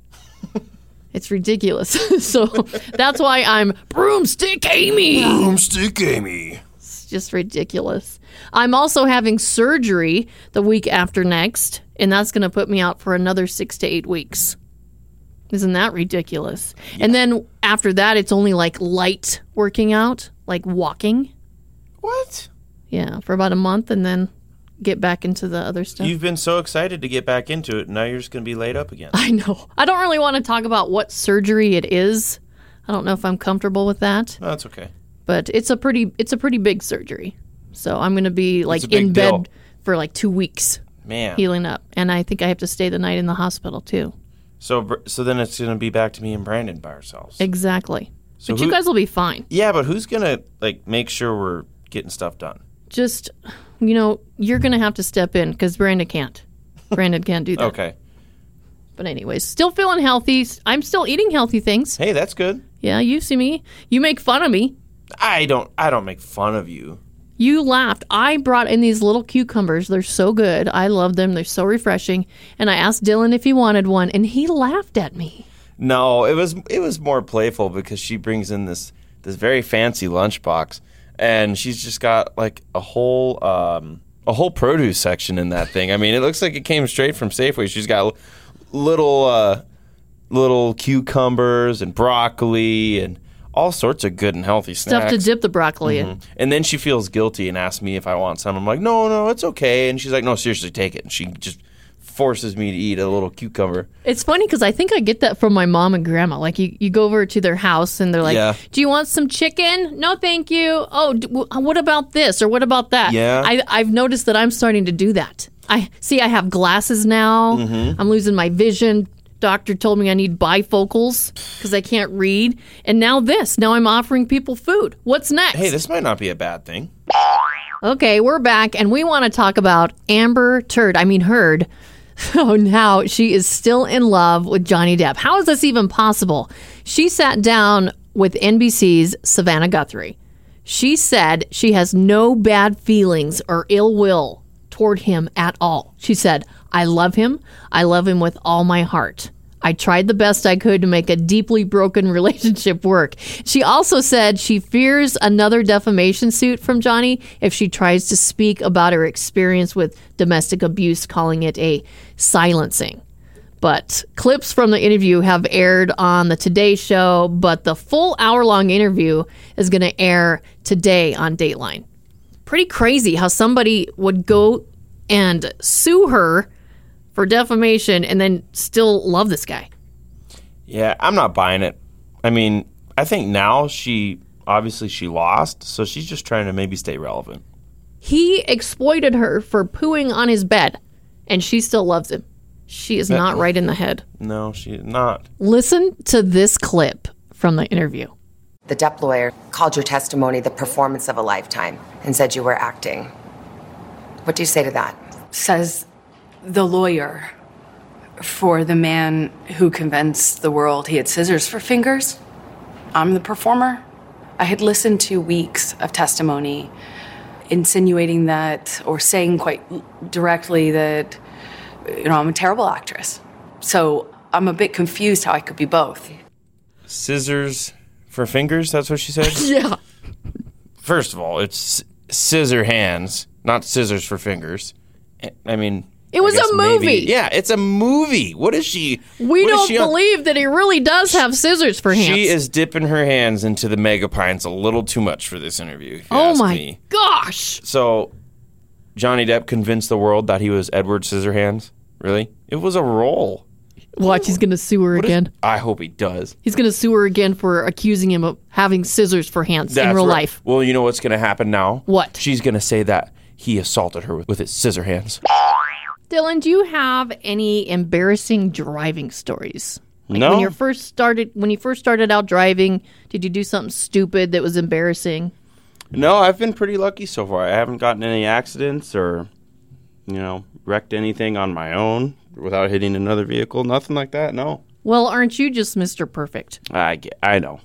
Speaker 2: it's ridiculous. so that's why I'm broomstick Amy.
Speaker 5: Broomstick Amy.
Speaker 2: It's just ridiculous. I'm also having surgery the week after next, and that's going to put me out for another six to eight weeks. Isn't that ridiculous? And then after that, it's only like light working out, like walking.
Speaker 5: What?
Speaker 2: Yeah, for about a month, and then get back into the other stuff.
Speaker 5: You've been so excited to get back into it, and now you're just going to be laid up again.
Speaker 2: I know. I don't really want to talk about what surgery it is. I don't know if I'm comfortable with that.
Speaker 5: No, that's okay.
Speaker 2: But it's a pretty it's a pretty big surgery. So I'm going to be like
Speaker 5: a big
Speaker 2: in bed
Speaker 5: deal.
Speaker 2: for like 2 weeks.
Speaker 5: Man.
Speaker 2: Healing up. And I think I have to stay the night in the hospital too.
Speaker 5: So, Br- so then it's going to be back to me and Brandon by ourselves.
Speaker 2: Exactly.
Speaker 5: So
Speaker 2: but
Speaker 5: who-
Speaker 2: you guys will be fine.
Speaker 5: Yeah, but who's going to like make sure we're getting stuff done?
Speaker 2: Just you know, you're going to have to step in cuz Brandon can't. Brandon can't do that.
Speaker 5: Okay.
Speaker 2: But anyways, still feeling healthy. I'm still eating healthy things.
Speaker 5: Hey, that's good.
Speaker 2: Yeah, you see me. You make fun of me.
Speaker 5: I don't. I don't make fun of you.
Speaker 2: You laughed. I brought in these little cucumbers. They're so good. I love them. They're so refreshing. And I asked Dylan if he wanted one, and he laughed at me.
Speaker 5: No, it was it was more playful because she brings in this this very fancy lunchbox, and she's just got like a whole um, a whole produce section in that thing. I mean, it looks like it came straight from Safeway. She's got l- little uh, little cucumbers and broccoli and all sorts of good and healthy snacks.
Speaker 2: Stuff to dip the broccoli in.
Speaker 5: Mhm. And then she feels guilty and asks me if I want some. I'm like, no, no, it's okay. And she's like, no, seriously, take it. And she just forces me to eat a little cucumber.
Speaker 2: It's funny because I think I get that from my mom and grandma. Like, you, you go over to their house and they're like,
Speaker 5: Yeah.
Speaker 2: Do you want some chicken? No, thank you. Oh, d- w- what about this or what about that?
Speaker 5: Yeah.
Speaker 2: I, I've noticed that I'm starting to do that. I see, I have glasses now.
Speaker 5: Mhm.
Speaker 2: I'm losing my vision. Doctor told me I need bifocals because I can't read. And now this. Now I'm offering people food. What's next?
Speaker 5: Hey, this might not be a bad thing.
Speaker 2: Okay, we're back, and we want to talk about Amber Turd. I mean, Heard. Oh, now she is still in love with Johnny Depp. How is this even possible? She sat down with NBC's Savannah Guthrie. She said she has no bad feelings or ill will toward him at all. She said, I love him. I love him with all my heart. I tried the best I could to make a deeply broken relationship work. She also said she fears another defamation suit from Johnny if she tries to speak about her experience with domestic abuse, calling it a silencing. But clips from the interview have aired on the Today Show, but the full hour long interview is going to air today on Dateline. Pretty crazy how somebody would go and sue her for defamation and then still love this guy.
Speaker 5: Yeah, I'm not buying it. I mean, I think now she obviously she lost, so she's just trying to maybe stay relevant.
Speaker 2: He exploited her for pooing on his bed, and she still loves him. She
Speaker 18: Uh,
Speaker 2: is not right in the head.
Speaker 5: No, she's not.
Speaker 2: Listen to this clip from the interview.
Speaker 19: The Depp lawyer called your testimony the performance of a lifetime and said you were acting. What do you say to that?
Speaker 20: says the lawyer for the man who convinced the world he had scissors for fingers. I'm the performer. I had listened to weeks of testimony insinuating that or saying quite directly that, you know, I'm a terrible actress. So I'm a bit confused how I could be both.
Speaker 18: Scissors for fingers. That's what she said.
Speaker 2: yeah.
Speaker 18: First of all, it's scissor hands, not scissors for fingers. Eh, I mean,
Speaker 2: It
Speaker 18: I
Speaker 2: was a
Speaker 18: guess maybe-
Speaker 2: movie.
Speaker 18: yeah, it's a movie. What is she?
Speaker 2: We
Speaker 18: what is
Speaker 2: don't
Speaker 18: she on-
Speaker 2: believe that he really does have scissors for hands.
Speaker 18: She is dipping her hands into the mega pines a little too much for this interview. if you
Speaker 2: oh
Speaker 18: ask
Speaker 2: my
Speaker 18: me.
Speaker 2: gosh.
Speaker 18: So Johnny Depp convinced the world that he was Edward Scissorhands. Really? It was a role.
Speaker 2: Watch, he's going to sue her again.
Speaker 18: I hope he does.
Speaker 2: He's going to sue her again for accusing him of having scissors for hands in
Speaker 18: That's
Speaker 2: real
Speaker 18: right.
Speaker 2: life.
Speaker 18: Well, you know what's going to happen now?
Speaker 2: What?
Speaker 18: She's going to say that he assaulted her with, with his scissor hands.
Speaker 2: Dylan, do you have any embarrassing driving stories? Like
Speaker 18: No.
Speaker 2: When you first started, when you first started out driving, did you do something stupid that was embarrassing?
Speaker 5: No, I've been pretty lucky so far. I haven't gotten any accidents or, you know, wrecked anything on my own without hitting another vehicle. Nothing like that. No,
Speaker 2: Well, aren't you just Mr. Perfect?
Speaker 5: I get, I know.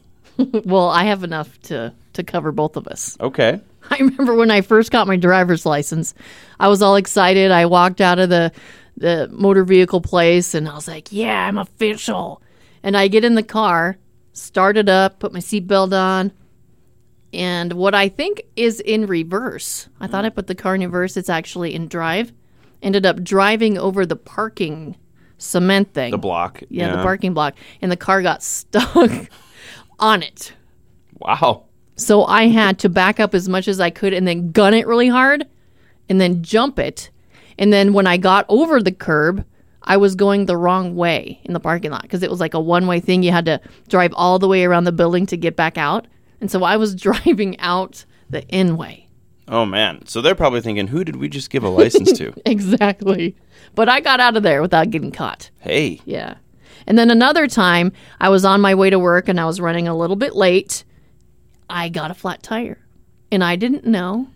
Speaker 2: well, I have enough to to cover both of us.
Speaker 5: Okay.
Speaker 2: I remember when I first got my driver's license, I was all excited. I walked out of the the motor vehicle place and I was like, "Yeah, I'm official." And I get in the car, start it up, put my seatbelt on, and what I think is in reverse. I thought I put the car in reverse. It's actually in drive. Ended up driving over the parking cement thing.
Speaker 5: The block.
Speaker 2: Yeah, the parking block, and the car got stuck on it.
Speaker 5: Wow.
Speaker 2: So I had to back up as much as I could and then gun it really hard and then jump it. And then when I got over the curb, I was going the wrong way in the parking lot because it was like a one way thing. You had to drive all the way around the building to get back out. And so I was driving out the in way.
Speaker 5: Oh man. So they're probably thinking, who did we just give a license to?
Speaker 2: exactly. But I got out of there without getting caught.
Speaker 5: hey.
Speaker 2: Yeah. And then another time, I was on my way to work and I was running a little bit late. I got a flat tire. And I didn't know.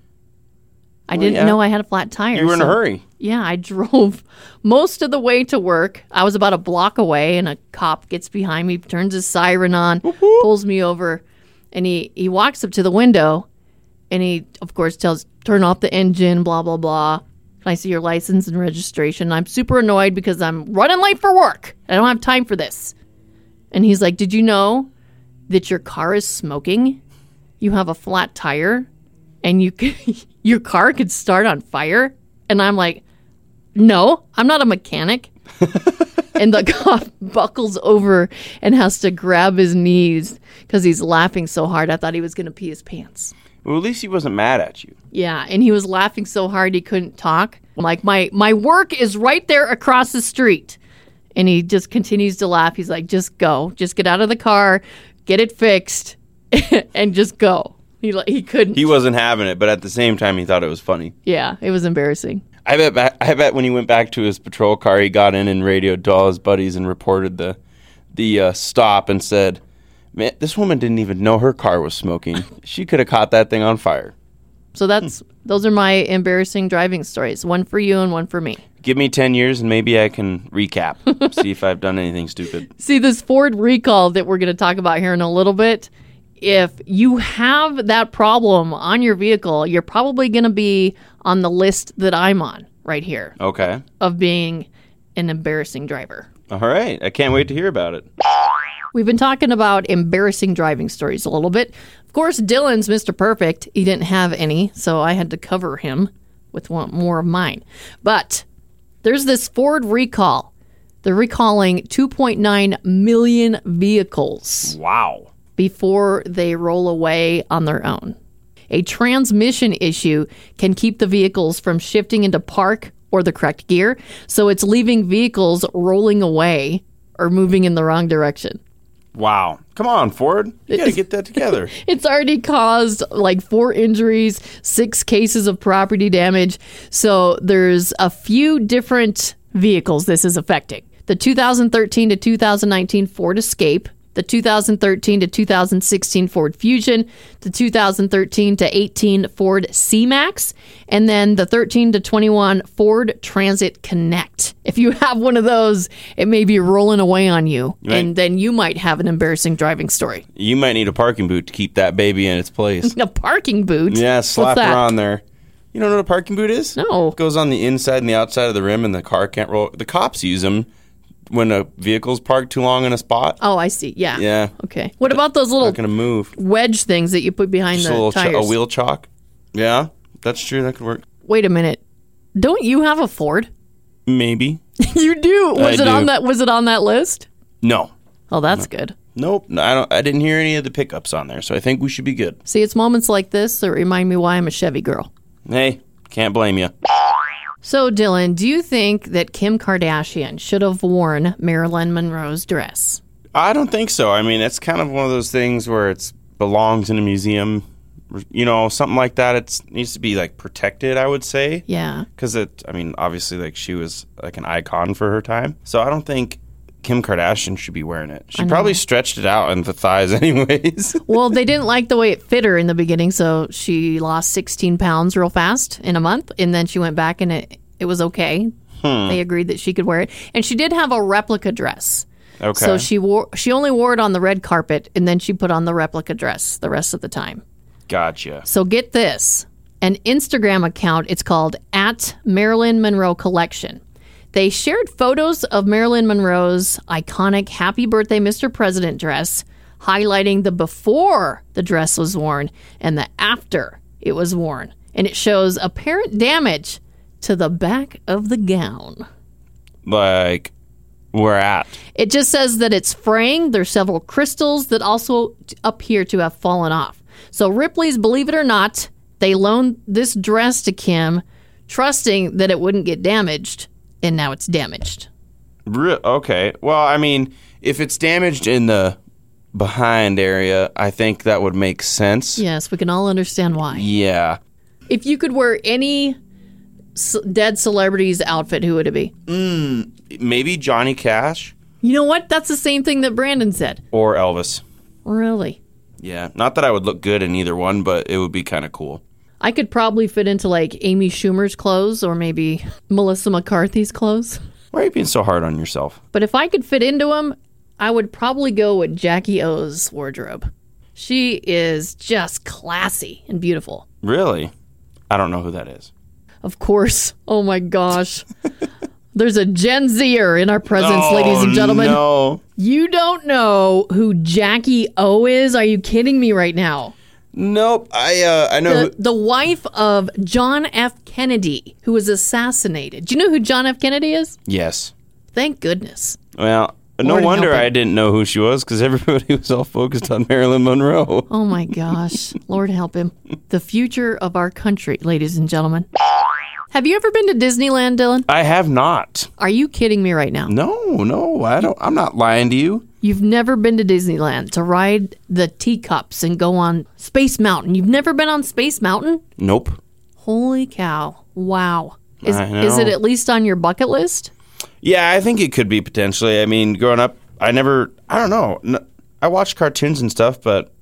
Speaker 2: I
Speaker 5: Well,
Speaker 2: didn't
Speaker 5: yeah.
Speaker 2: know I had a flat tire.
Speaker 5: You were in a
Speaker 2: so-
Speaker 5: hurry.
Speaker 2: Yeah, I drove most of the way to work. I was about a block away and a cop gets behind me, turns his siren on, pulls me over, and he, he walks up to the window and he of course tells turn off the engine, blah blah blah. Can I see your license and registration? I'm super annoyed because I'm running late for work. I don't have time for this. And he's like, Did you know that your car is smoking? You have a flat tire and you c- your car could start on fire? And I'm like, No, I'm not a mechanic. and the cop buckles over and has to grab his knees because he's laughing so hard. I thought he was going to pee his pants.
Speaker 5: Well, at least he wasn't mad at you.
Speaker 2: Yeah, and he was laughing so hard he couldn't talk. I'm like my my work is right there across the street. And he just continues to laugh. He's like, "Just go. Just get out of the car, get it fixed, and just go." He like he couldn't.
Speaker 5: He wasn't having it, but at the same time, he thought it was funny.
Speaker 2: Yeah, it was embarrassing.
Speaker 5: I bet. Back, I bet when he went back to his patrol car, he got in and radioed to all his buddies and reported the the uh, stop and said, "Man, this woman didn't even know her car was smoking. she could have caught that thing on fire."
Speaker 2: So that's those are my embarrassing driving stories. One for you and one for me.
Speaker 5: Give me ten years and maybe I can recap, see if I've done anything stupid.
Speaker 2: See, this Ford recall that we're going to talk about here in a little bit, if you have that problem on your vehicle, you're probably going to be on the list that I'm on right here
Speaker 5: Okay.
Speaker 2: of being an embarrassing driver.
Speaker 5: All right. I can't wait to hear about it.
Speaker 2: We've been talking about embarrassing driving stories a little bit. Of course, Dylan's Mr. Perfect. He didn't have any, so I had to cover him with one more of mine. But there's this Ford recall. They're recalling 2.9 million vehicles.
Speaker 5: Wow.
Speaker 2: Before they roll away on their own. A transmission issue can keep the vehicles from shifting into park or the correct gear, so it's leaving vehicles rolling away or moving in the wrong direction.
Speaker 5: Wow. Come on, Ford. You got to get that together.
Speaker 2: It's already caused like four injuries, six cases of property damage. So there's a few different vehicles this is affecting. The 2013 to 2019 Ford Escape, the 2013 to 2016 Ford Fusion, the 2013 to 18 Ford C-Max, and then the 13 to 21 Ford Transit Connect. If you have one of those, it may be rolling away on you,
Speaker 5: Right.
Speaker 2: and then you might have an embarrassing driving story.
Speaker 5: You might need a parking boot to keep that baby in its place.
Speaker 2: a parking boot.
Speaker 5: Yeah,
Speaker 2: What's
Speaker 5: slap her
Speaker 2: that?
Speaker 5: on there. You don't know what a parking boot is?
Speaker 2: No. It
Speaker 5: goes on the inside and the outside of the rim, and the car can't roll. The cops use them when a vehicle's parked too long in a spot.
Speaker 2: Oh, I see. Yeah.
Speaker 5: Yeah.
Speaker 2: Okay. What about those little
Speaker 5: Not gonna move.
Speaker 2: wedge things that you put behind
Speaker 5: Just a
Speaker 2: the
Speaker 5: little cho-
Speaker 2: tires?
Speaker 5: a wheel chalk. Yeah, that's true. That could work.
Speaker 2: Wait a minute. Don't you have a Ford?
Speaker 5: Maybe.
Speaker 2: you do.
Speaker 5: I
Speaker 2: Was it on
Speaker 5: do.
Speaker 2: that was it on that list?
Speaker 5: No.
Speaker 2: Oh, that's good.
Speaker 5: Nope. No, I don't. I didn't hear any of the pickups on there, so I think we should be good.
Speaker 2: See, it's moments like this that remind me why I'm a Chevy girl.
Speaker 5: Hey, can't blame you.
Speaker 2: So, Dylan, do you think that Kim Kardashian should have worn Marilyn Monroe's dress?
Speaker 5: I don't think so. I mean, it's kind of one of those things where it's belongs in a museum, you know, something like that. It needs to be like protected. I would say.
Speaker 2: Yeah.
Speaker 5: Because it, I mean, obviously, like she was like an icon for her time. So I don't think Kim Kardashian should be wearing it.
Speaker 2: I
Speaker 5: She
Speaker 2: know.
Speaker 5: probably stretched it out in the thighs, anyways.
Speaker 2: well, they didn't like the way it fit her in the beginning, so she lost 16 pounds real fast in a month, and then she went back and it, it was okay.
Speaker 16: Hmm.
Speaker 2: They agreed that she could wear it, and she did have a replica dress.
Speaker 16: Okay.
Speaker 2: So she wore she only wore it on the red carpet, and then she put on the replica dress the rest of the time.
Speaker 5: gotcha.
Speaker 2: So get this an Instagram account. It's called at Marilyn Monroe Collection. They shared photos of Marilyn Monroe's iconic Happy Birthday, Mr. President dress, highlighting the before the dress was worn and the after it was worn. And it shows apparent damage to the back of the gown.
Speaker 5: Like we're at.
Speaker 2: It just says that it's fraying. There's several crystals that also appear to have fallen off. So Ripley's, believe it or not, they loaned this dress to Kim, trusting that it wouldn't get damaged, and now it's damaged.
Speaker 5: Re- okay. Well, I mean, if it's damaged in the behind area, I think that would make sense.
Speaker 2: Yes, we can all understand why.
Speaker 5: Yeah.
Speaker 2: If you could wear any c- dead celebrity's outfit, who would it be?
Speaker 5: Mm, maybe Johnny Cash
Speaker 2: You know what? That's the same thing that Brandon said.
Speaker 5: or Elvis.
Speaker 2: Really?
Speaker 5: Yeah. Not that I would look good in either one, but it would be kind of cool.
Speaker 2: I could probably fit into like Amy Schumer's clothes or maybe Melissa McCarthy's clothes.
Speaker 5: Why are you being so hard on yourself?
Speaker 2: But if I could fit into them, I would probably go with Jackie O's wardrobe. She is just classy and beautiful.
Speaker 5: Really? I don't know who that is.
Speaker 2: Of course. Oh my gosh. There's a Gen Zer in our presence,
Speaker 5: Oh,
Speaker 2: ladies and gentlemen.
Speaker 5: no.
Speaker 2: You don't know who Jackie O is? Are you kidding me right now?
Speaker 5: Nope. I uh, I know.
Speaker 2: The, the wife of John F. Kennedy, who was assassinated. Do you know who John F. Kennedy is?
Speaker 5: yes.
Speaker 2: Thank goodness.
Speaker 5: Well, no
Speaker 2: Lord
Speaker 5: wonder
Speaker 2: help him.
Speaker 5: I didn't know who she was because everybody was all focused on Marilyn Monroe.
Speaker 2: Oh my gosh. Lord help him. The future of our country, ladies and gentlemen. Have you ever been to Disneyland, Dylan?
Speaker 5: I have not.
Speaker 2: Are you kidding me right now?
Speaker 5: No, no, I don't. I'm not lying to you.
Speaker 2: You've never been to Disneyland to ride the teacups and go on Space Mountain. You've never been on Space Mountain?
Speaker 5: Nope.
Speaker 2: Holy cow. Wow. Is,
Speaker 5: I know.
Speaker 2: is it at least on your bucket list?
Speaker 5: Yeah, I think it could be potentially. I mean, growing up, I never. I don't know. N- I watched cartoons and stuff, but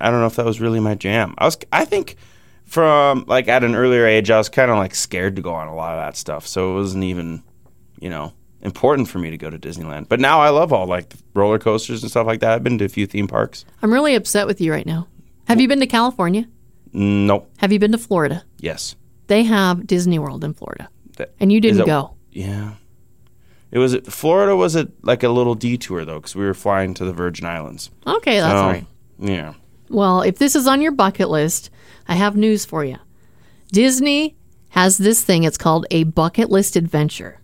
Speaker 5: I don't know if that was really my jam. I was. I think from like at an earlier age, I was kind of like scared to go on a lot of that stuff, so it wasn't even, you know, important for me to go to Disneyland. But now I love all like the roller coasters and stuff like that. I've been to a few theme parks.
Speaker 2: I'm really upset with you right now. Have you been to California?
Speaker 5: Nope.
Speaker 2: Have you been to Florida?
Speaker 5: Yes.
Speaker 2: They have Disney World in Florida.
Speaker 5: That-
Speaker 2: And you
Speaker 5: is
Speaker 2: didn't
Speaker 5: that-
Speaker 2: go.
Speaker 5: Yeah. It was Florida was it like a little detour though because we were flying to the Virgin Islands.
Speaker 2: Okay, that's all right.
Speaker 5: Yeah.
Speaker 2: Well, if this is on your bucket list, I have news for you. Disney has this thing. It's called a bucket list adventure.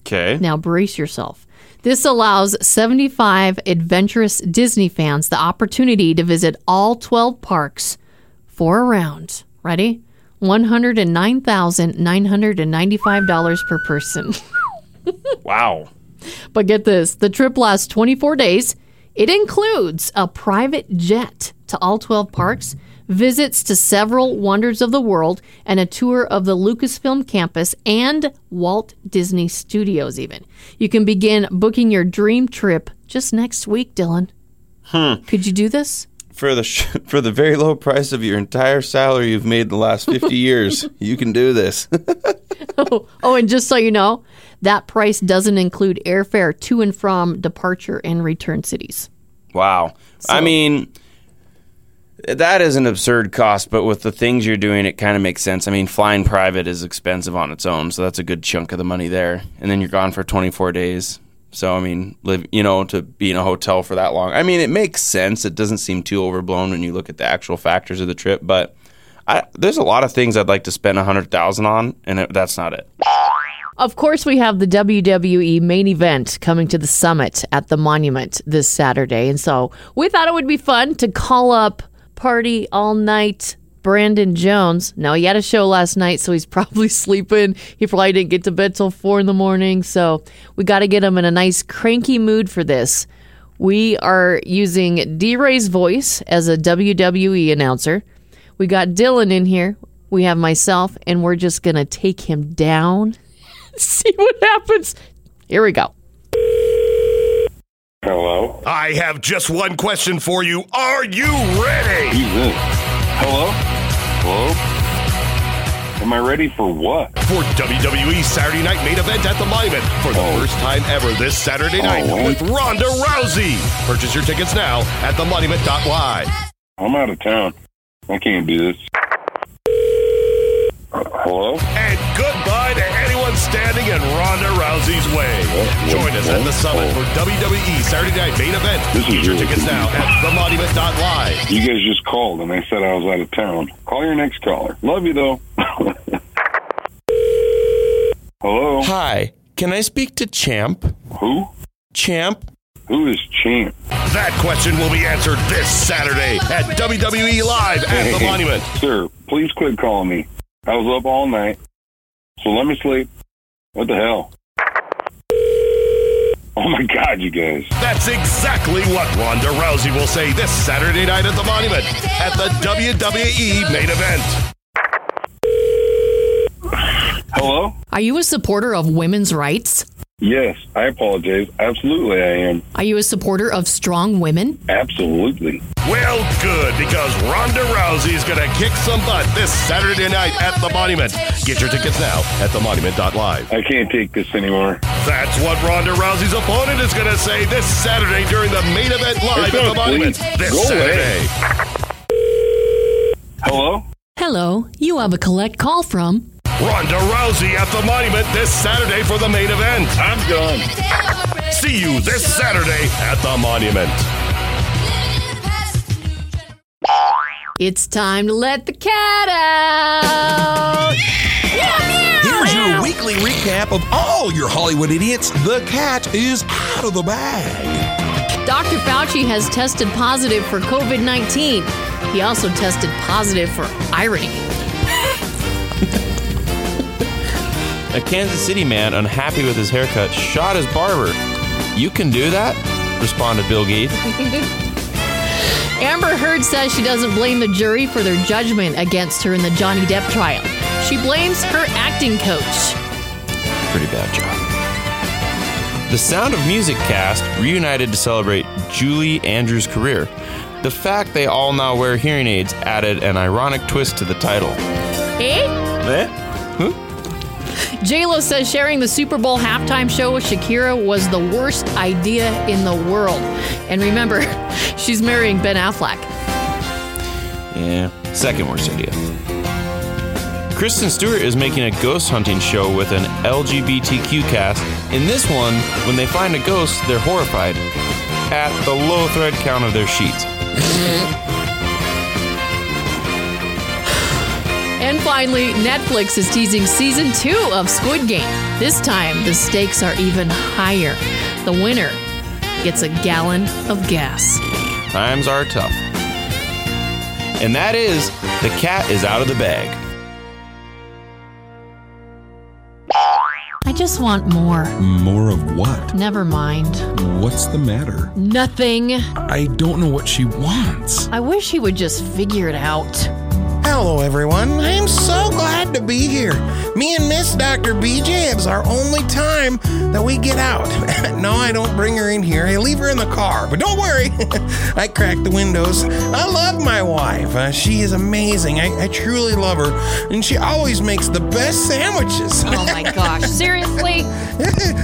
Speaker 5: Okay.
Speaker 2: Now brace yourself. This allows 75 adventurous Disney fans the opportunity to visit all 12 parks for around, ready? $109,995 per person.
Speaker 5: Wow.
Speaker 2: But get this the trip lasts 24 days. It includes a private jet to all 12 parks, visits to several wonders of the world, and a tour of the Lucasfilm campus and Walt Disney Studios, even. You can begin booking your dream trip just next week, Dylan.
Speaker 5: Hmm.
Speaker 2: Could you do this?
Speaker 5: For the sh- for the very low price of your entire salary you've made the last 50 years, you can do this.
Speaker 2: Oh, and just so you know, that price doesn't include airfare to and from departure and return cities.
Speaker 5: wow. I mean
Speaker 13: That is an absurd cost, but with the things you're doing, it kind of makes sense. I mean, flying private is expensive on its own, so that's a good chunk of the money there. And then you're gone for 24 days. So I mean, live you know to be in a hotel for that long. I mean, it makes sense. It doesn't seem too overblown when you look at the actual factors of the trip. But I, there's a lot of things I'd like to spend a hundred thousand on, and it, that's not it.
Speaker 2: Of course, we have the WWE main event coming to the summit at the monument this Saturday. And so we thought it would be fun to call up Party All Night Brandon Jones. Now, he had a show last night, so he's probably sleeping. He probably didn't get to bed till four in the morning. So we got to get him in a nice cranky mood for this. We are using D Ray's voice as a WWE announcer. We got Dylan in here. We have myself, and we're just going to take him down see what happens. Here we go.
Speaker 9: Hello. I have just one question for you. Are you ready?
Speaker 14: Hello? Hello? Am I ready for what?
Speaker 9: For WWE Saturday Night Main Event at the Monument for the
Speaker 14: Oh.
Speaker 9: first time ever this Saturday night with Ronda Rousey. Purchase your tickets now at themonument.live.
Speaker 14: I'm out of town. I can't do this. Hello?
Speaker 9: And goodbye to anyone standing in Ronda Rousey's way. Join us at the summit for E WWE Saturday Night Main Event. Get your tickets now at themonument.live.
Speaker 14: You guys just called and I said I was out of town. Call your next caller. Love you though. Hello?
Speaker 21: Hi. Can I speak to Champ?
Speaker 14: Who?
Speaker 21: Champ?
Speaker 14: Who is Champ?
Speaker 9: That question will be answered this Saturday at WWE E Live at the
Speaker 14: Hey,
Speaker 9: Monument.
Speaker 14: Sir, please quit calling me. I was up all night. So let me sleep. What the hell? Oh my god, you guys.
Speaker 9: That's exactly what Ronda Rousey will say this Saturday night at the Monument at the WWE main event.
Speaker 14: Hello?
Speaker 2: Are you a supporter of women's rights?
Speaker 14: Yes, I apologize. Absolutely I am.
Speaker 2: Are you a supporter of strong women?
Speaker 14: Absolutely.
Speaker 9: Well, good, because Ronda Rousey is going to kick some butt this Saturday night at the Monument. Get your tickets now at themonument.live.
Speaker 14: I can't take this anymore.
Speaker 9: That's what Ronda Rousey's opponent is going to say this Saturday during the main event live at the
Speaker 14: Please,
Speaker 9: Monument. This
Speaker 14: go away.
Speaker 9: Saturday.
Speaker 14: Hello?
Speaker 2: Hello, you have a collect call from.
Speaker 9: Ronda Rousey at the Monument this Saturday for the main event.
Speaker 14: I'm done.
Speaker 9: See you this Saturday at the Monument.
Speaker 2: It's time to let the cat out.
Speaker 22: Here's your weekly recap of all your Hollywood idiots. The cat is out of the bag.
Speaker 2: Dr. Fauci has tested positive for COVID 19. He also tested positive for irony.
Speaker 5: A Kansas City man unhappy with his haircut shot his barber. You can do that? Responded Bill Gates.
Speaker 2: Amber Heard says she doesn't blame the jury for their judgment against her in the Johnny Depp trial. She blames her acting coach.
Speaker 5: Pretty bad job. The Sound of Music cast reunited to celebrate Julie Andrews' career. The fact they all now wear hearing aids added an ironic twist to the title.
Speaker 2: Eh?
Speaker 5: Eh? Huh?
Speaker 2: JLo says sharing the Super Bowl halftime show with Shakira was the worst idea in the world. And remember, she's marrying Ben Affleck.
Speaker 5: Yeah, second worst idea. Kristen Stewart is making a ghost hunting show with an LGBTQ cast. In this one, when they find a ghost, they're horrified at the low thread count of their sheets.
Speaker 2: And finally, Netflix is teasing season two of Squid Game. This time, the stakes are even higher. The winner gets a gallon of gas.
Speaker 5: Times are tough. And that is The Cat is Out of the Bag.
Speaker 2: I just want more.
Speaker 22: More of what?
Speaker 2: Never mind.
Speaker 22: What's the matter?
Speaker 2: Nothing.
Speaker 22: I don't know what she wants.
Speaker 2: I wish he would just figure it out.
Speaker 23: Hello, everyone. I'm so glad to be here. Me and Miss Dr. BJ, it's our only time that we get out. no, I don't bring her in here. I leave her in the car, but don't worry. I crack the windows. I love my wife. Uh, she is amazing. I, I truly love her, and she always makes the best sandwiches.
Speaker 2: Oh my gosh, seriously?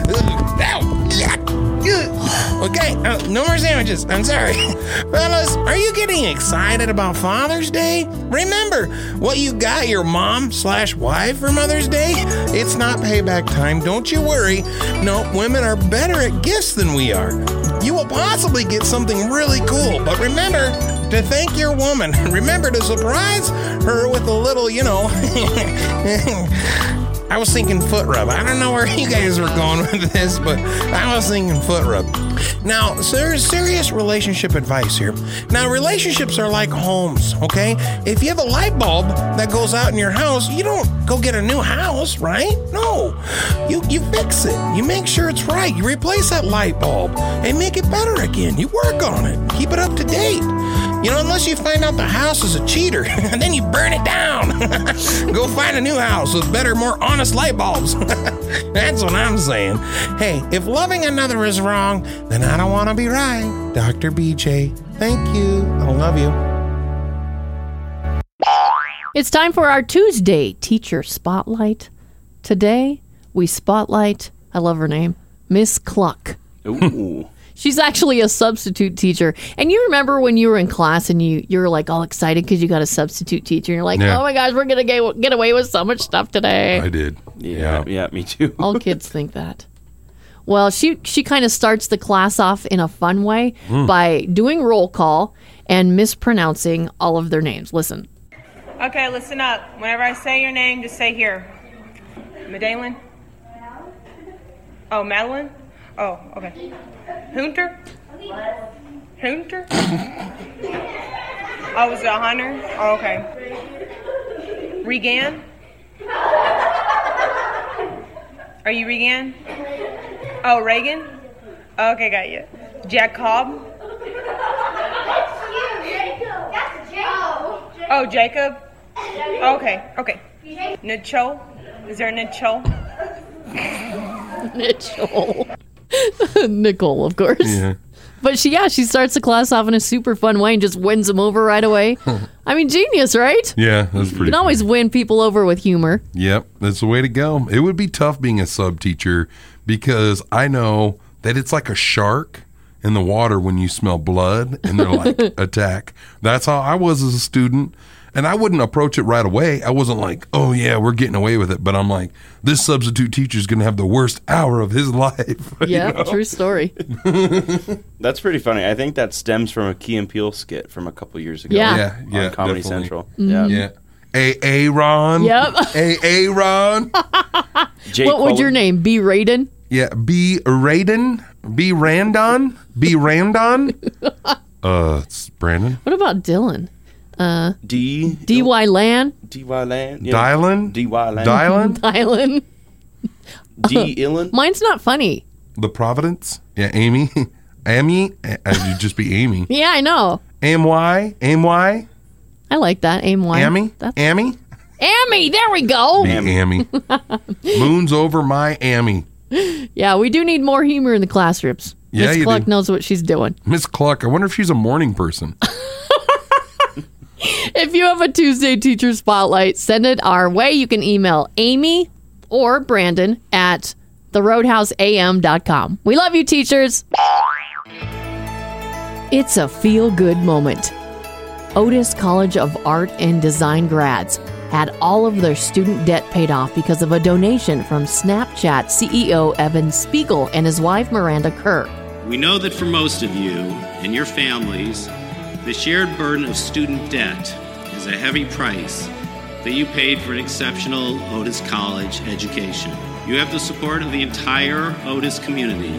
Speaker 23: Ow, yuck. Okay, uh, no more sandwiches. I'm sorry. Fellas, are you getting excited about Father's Day? Remember what you got your mom slash wife for Mother's Day? It's not payback time, don't you worry. No, women are better at gifts than we are. You will possibly get something really cool, but remember to thank your woman. Remember to surprise her with a little, you know. I was thinking foot rub. I don't know where you guys were going with this, but I was thinking foot rub. Now, so there's serious relationship advice here. Now, relationships are like homes, okay? If you have a light bulb that goes out in your house, you don't go get a new house, right? No. You you fix it. You make sure it's right. You replace that light bulb and make it better again. You work on it. Keep it up to date. You know, unless you find out the house is a cheater, and then you burn it down. Go find a new house with better, more honest light bulbs. That's what I'm saying. Hey, if loving another is wrong, then I don't want to be right. Dr. BJ, thank you. I love you.
Speaker 2: It's time for our Tuesday teacher spotlight. Today, we spotlight, I love her name, Miss Cluck.
Speaker 5: Ooh.
Speaker 2: She's actually a substitute teacher. And you remember when you were in class and you you were like all excited because you got a substitute teacher and you're like,
Speaker 4: Yeah.
Speaker 2: "Oh my gosh, we're going to get get away with so much stuff today."
Speaker 4: I did.
Speaker 5: Yeah, yeah, me too.
Speaker 2: All kids think that. Well, she she kind of starts the class off in a fun way
Speaker 5: Hmm.
Speaker 2: by doing roll call and mispronouncing all of their names. Listen.
Speaker 24: Okay, listen up. Whenever I say your name, just say here. Medalin? Oh, Madeline? Oh, okay. Hunter? Hunter? oh, was it a hunter? Oh, okay. Regan? Are you Regan? Oh, Reagan? Okay, got you. Jack Cobb? Oh, Jacob? Okay, okay. Nichol? Is there a Nichol?
Speaker 2: Nichol. Nicole, of course. But she yeah, she starts the class off in a super fun way and just wins them over right away. I mean, genius, right?
Speaker 4: Yeah, that's
Speaker 2: You
Speaker 4: pretty.
Speaker 2: can always win people over with humor.
Speaker 4: Yep, that's the way to go. It would be tough being a sub teacher because I know that it's like a shark in the water when you smell blood and they're like attack. That's how I was as a student. And I wouldn't approach it right away. I wasn't like, oh, yeah, we're getting away with it. But I'm like, this substitute teacher's going to have the worst hour of his life. you
Speaker 2: Yeah,
Speaker 4: know?
Speaker 2: true story.
Speaker 13: That's pretty funny. I think that stems from a Key and Peele skit from a couple years ago.
Speaker 2: Yeah. Yeah,
Speaker 4: yeah,
Speaker 13: on Comedy
Speaker 4: definitely.
Speaker 13: Central.
Speaker 2: Mhm.
Speaker 4: Yeah. A
Speaker 13: Um,
Speaker 4: Aaron.
Speaker 2: Yep.
Speaker 4: A Aaron.
Speaker 2: what would your name be, Raiden?
Speaker 4: Yeah, B. Raiden, B. Randon, B. Randon. uh, it's Brandon.
Speaker 2: What about Dylan? Uh,
Speaker 13: D.
Speaker 2: D.Y. Lan?
Speaker 13: D.Y. Land.
Speaker 4: Dylan?
Speaker 13: D.Y. Land.
Speaker 4: Dylan?
Speaker 2: Dylan.
Speaker 13: D. Illan?
Speaker 2: Mine's not funny.
Speaker 4: The Providence. Yeah, Amy. Amy. Uh, You'd just be Amy.
Speaker 2: Yeah, I know.
Speaker 4: Amy. Amy.
Speaker 2: I like that. Aim one.
Speaker 4: Amy.
Speaker 2: That's-
Speaker 4: Amy.
Speaker 2: Amy, there we go.
Speaker 4: Be Amy. Moon's over my Amy.
Speaker 2: Yeah, we do need more humor in the classrooms.
Speaker 4: Yeah,
Speaker 2: Miss
Speaker 4: you
Speaker 2: Cluck
Speaker 4: do.
Speaker 2: knows what she's doing.
Speaker 4: Miss Cluck. I wonder if she's a morning person.
Speaker 2: If you have a Tuesday teacher spotlight, send it our way. You can email Amy or Brandon at theroadhouseam.com. We love you, teachers. It's a feel good moment. Otis College of Art and Design grads had all of their student debt paid off because of a donation from Snapchat CEO Evan Spiegel and his wife Miranda Kerr.
Speaker 25: We know that for most of you and your families, the shared burden of student debt is a heavy price that you paid for an exceptional Otis College education. You have the support of the entire Otis community,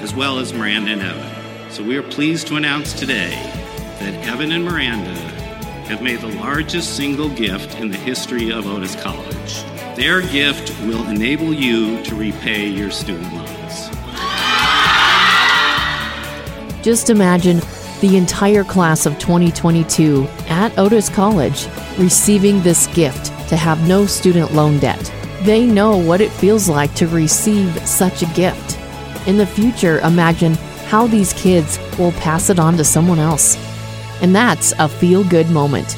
Speaker 25: as well as Miranda and Evan. So we are pleased to announce today that Evan and Miranda have made the largest single gift in the history of Otis College. Their gift will enable you to repay your student loans.
Speaker 2: Just imagine the entire class of 2022 at Otis College receiving this gift to have no student loan debt. They know what it feels like to receive such a gift. In the future, imagine how these kids will pass it on to someone else. And that's a feel good moment.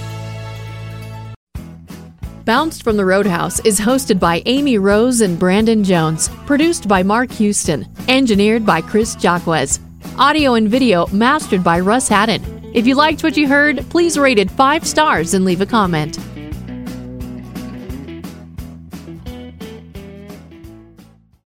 Speaker 2: Bounced from the Roadhouse is hosted by Amy Rose and Brandon Jones, produced by Mark Houston, engineered by Chris Jacquez, audio and video mastered by Russ Haddon. If you liked what you heard, please rate it five stars and leave a comment.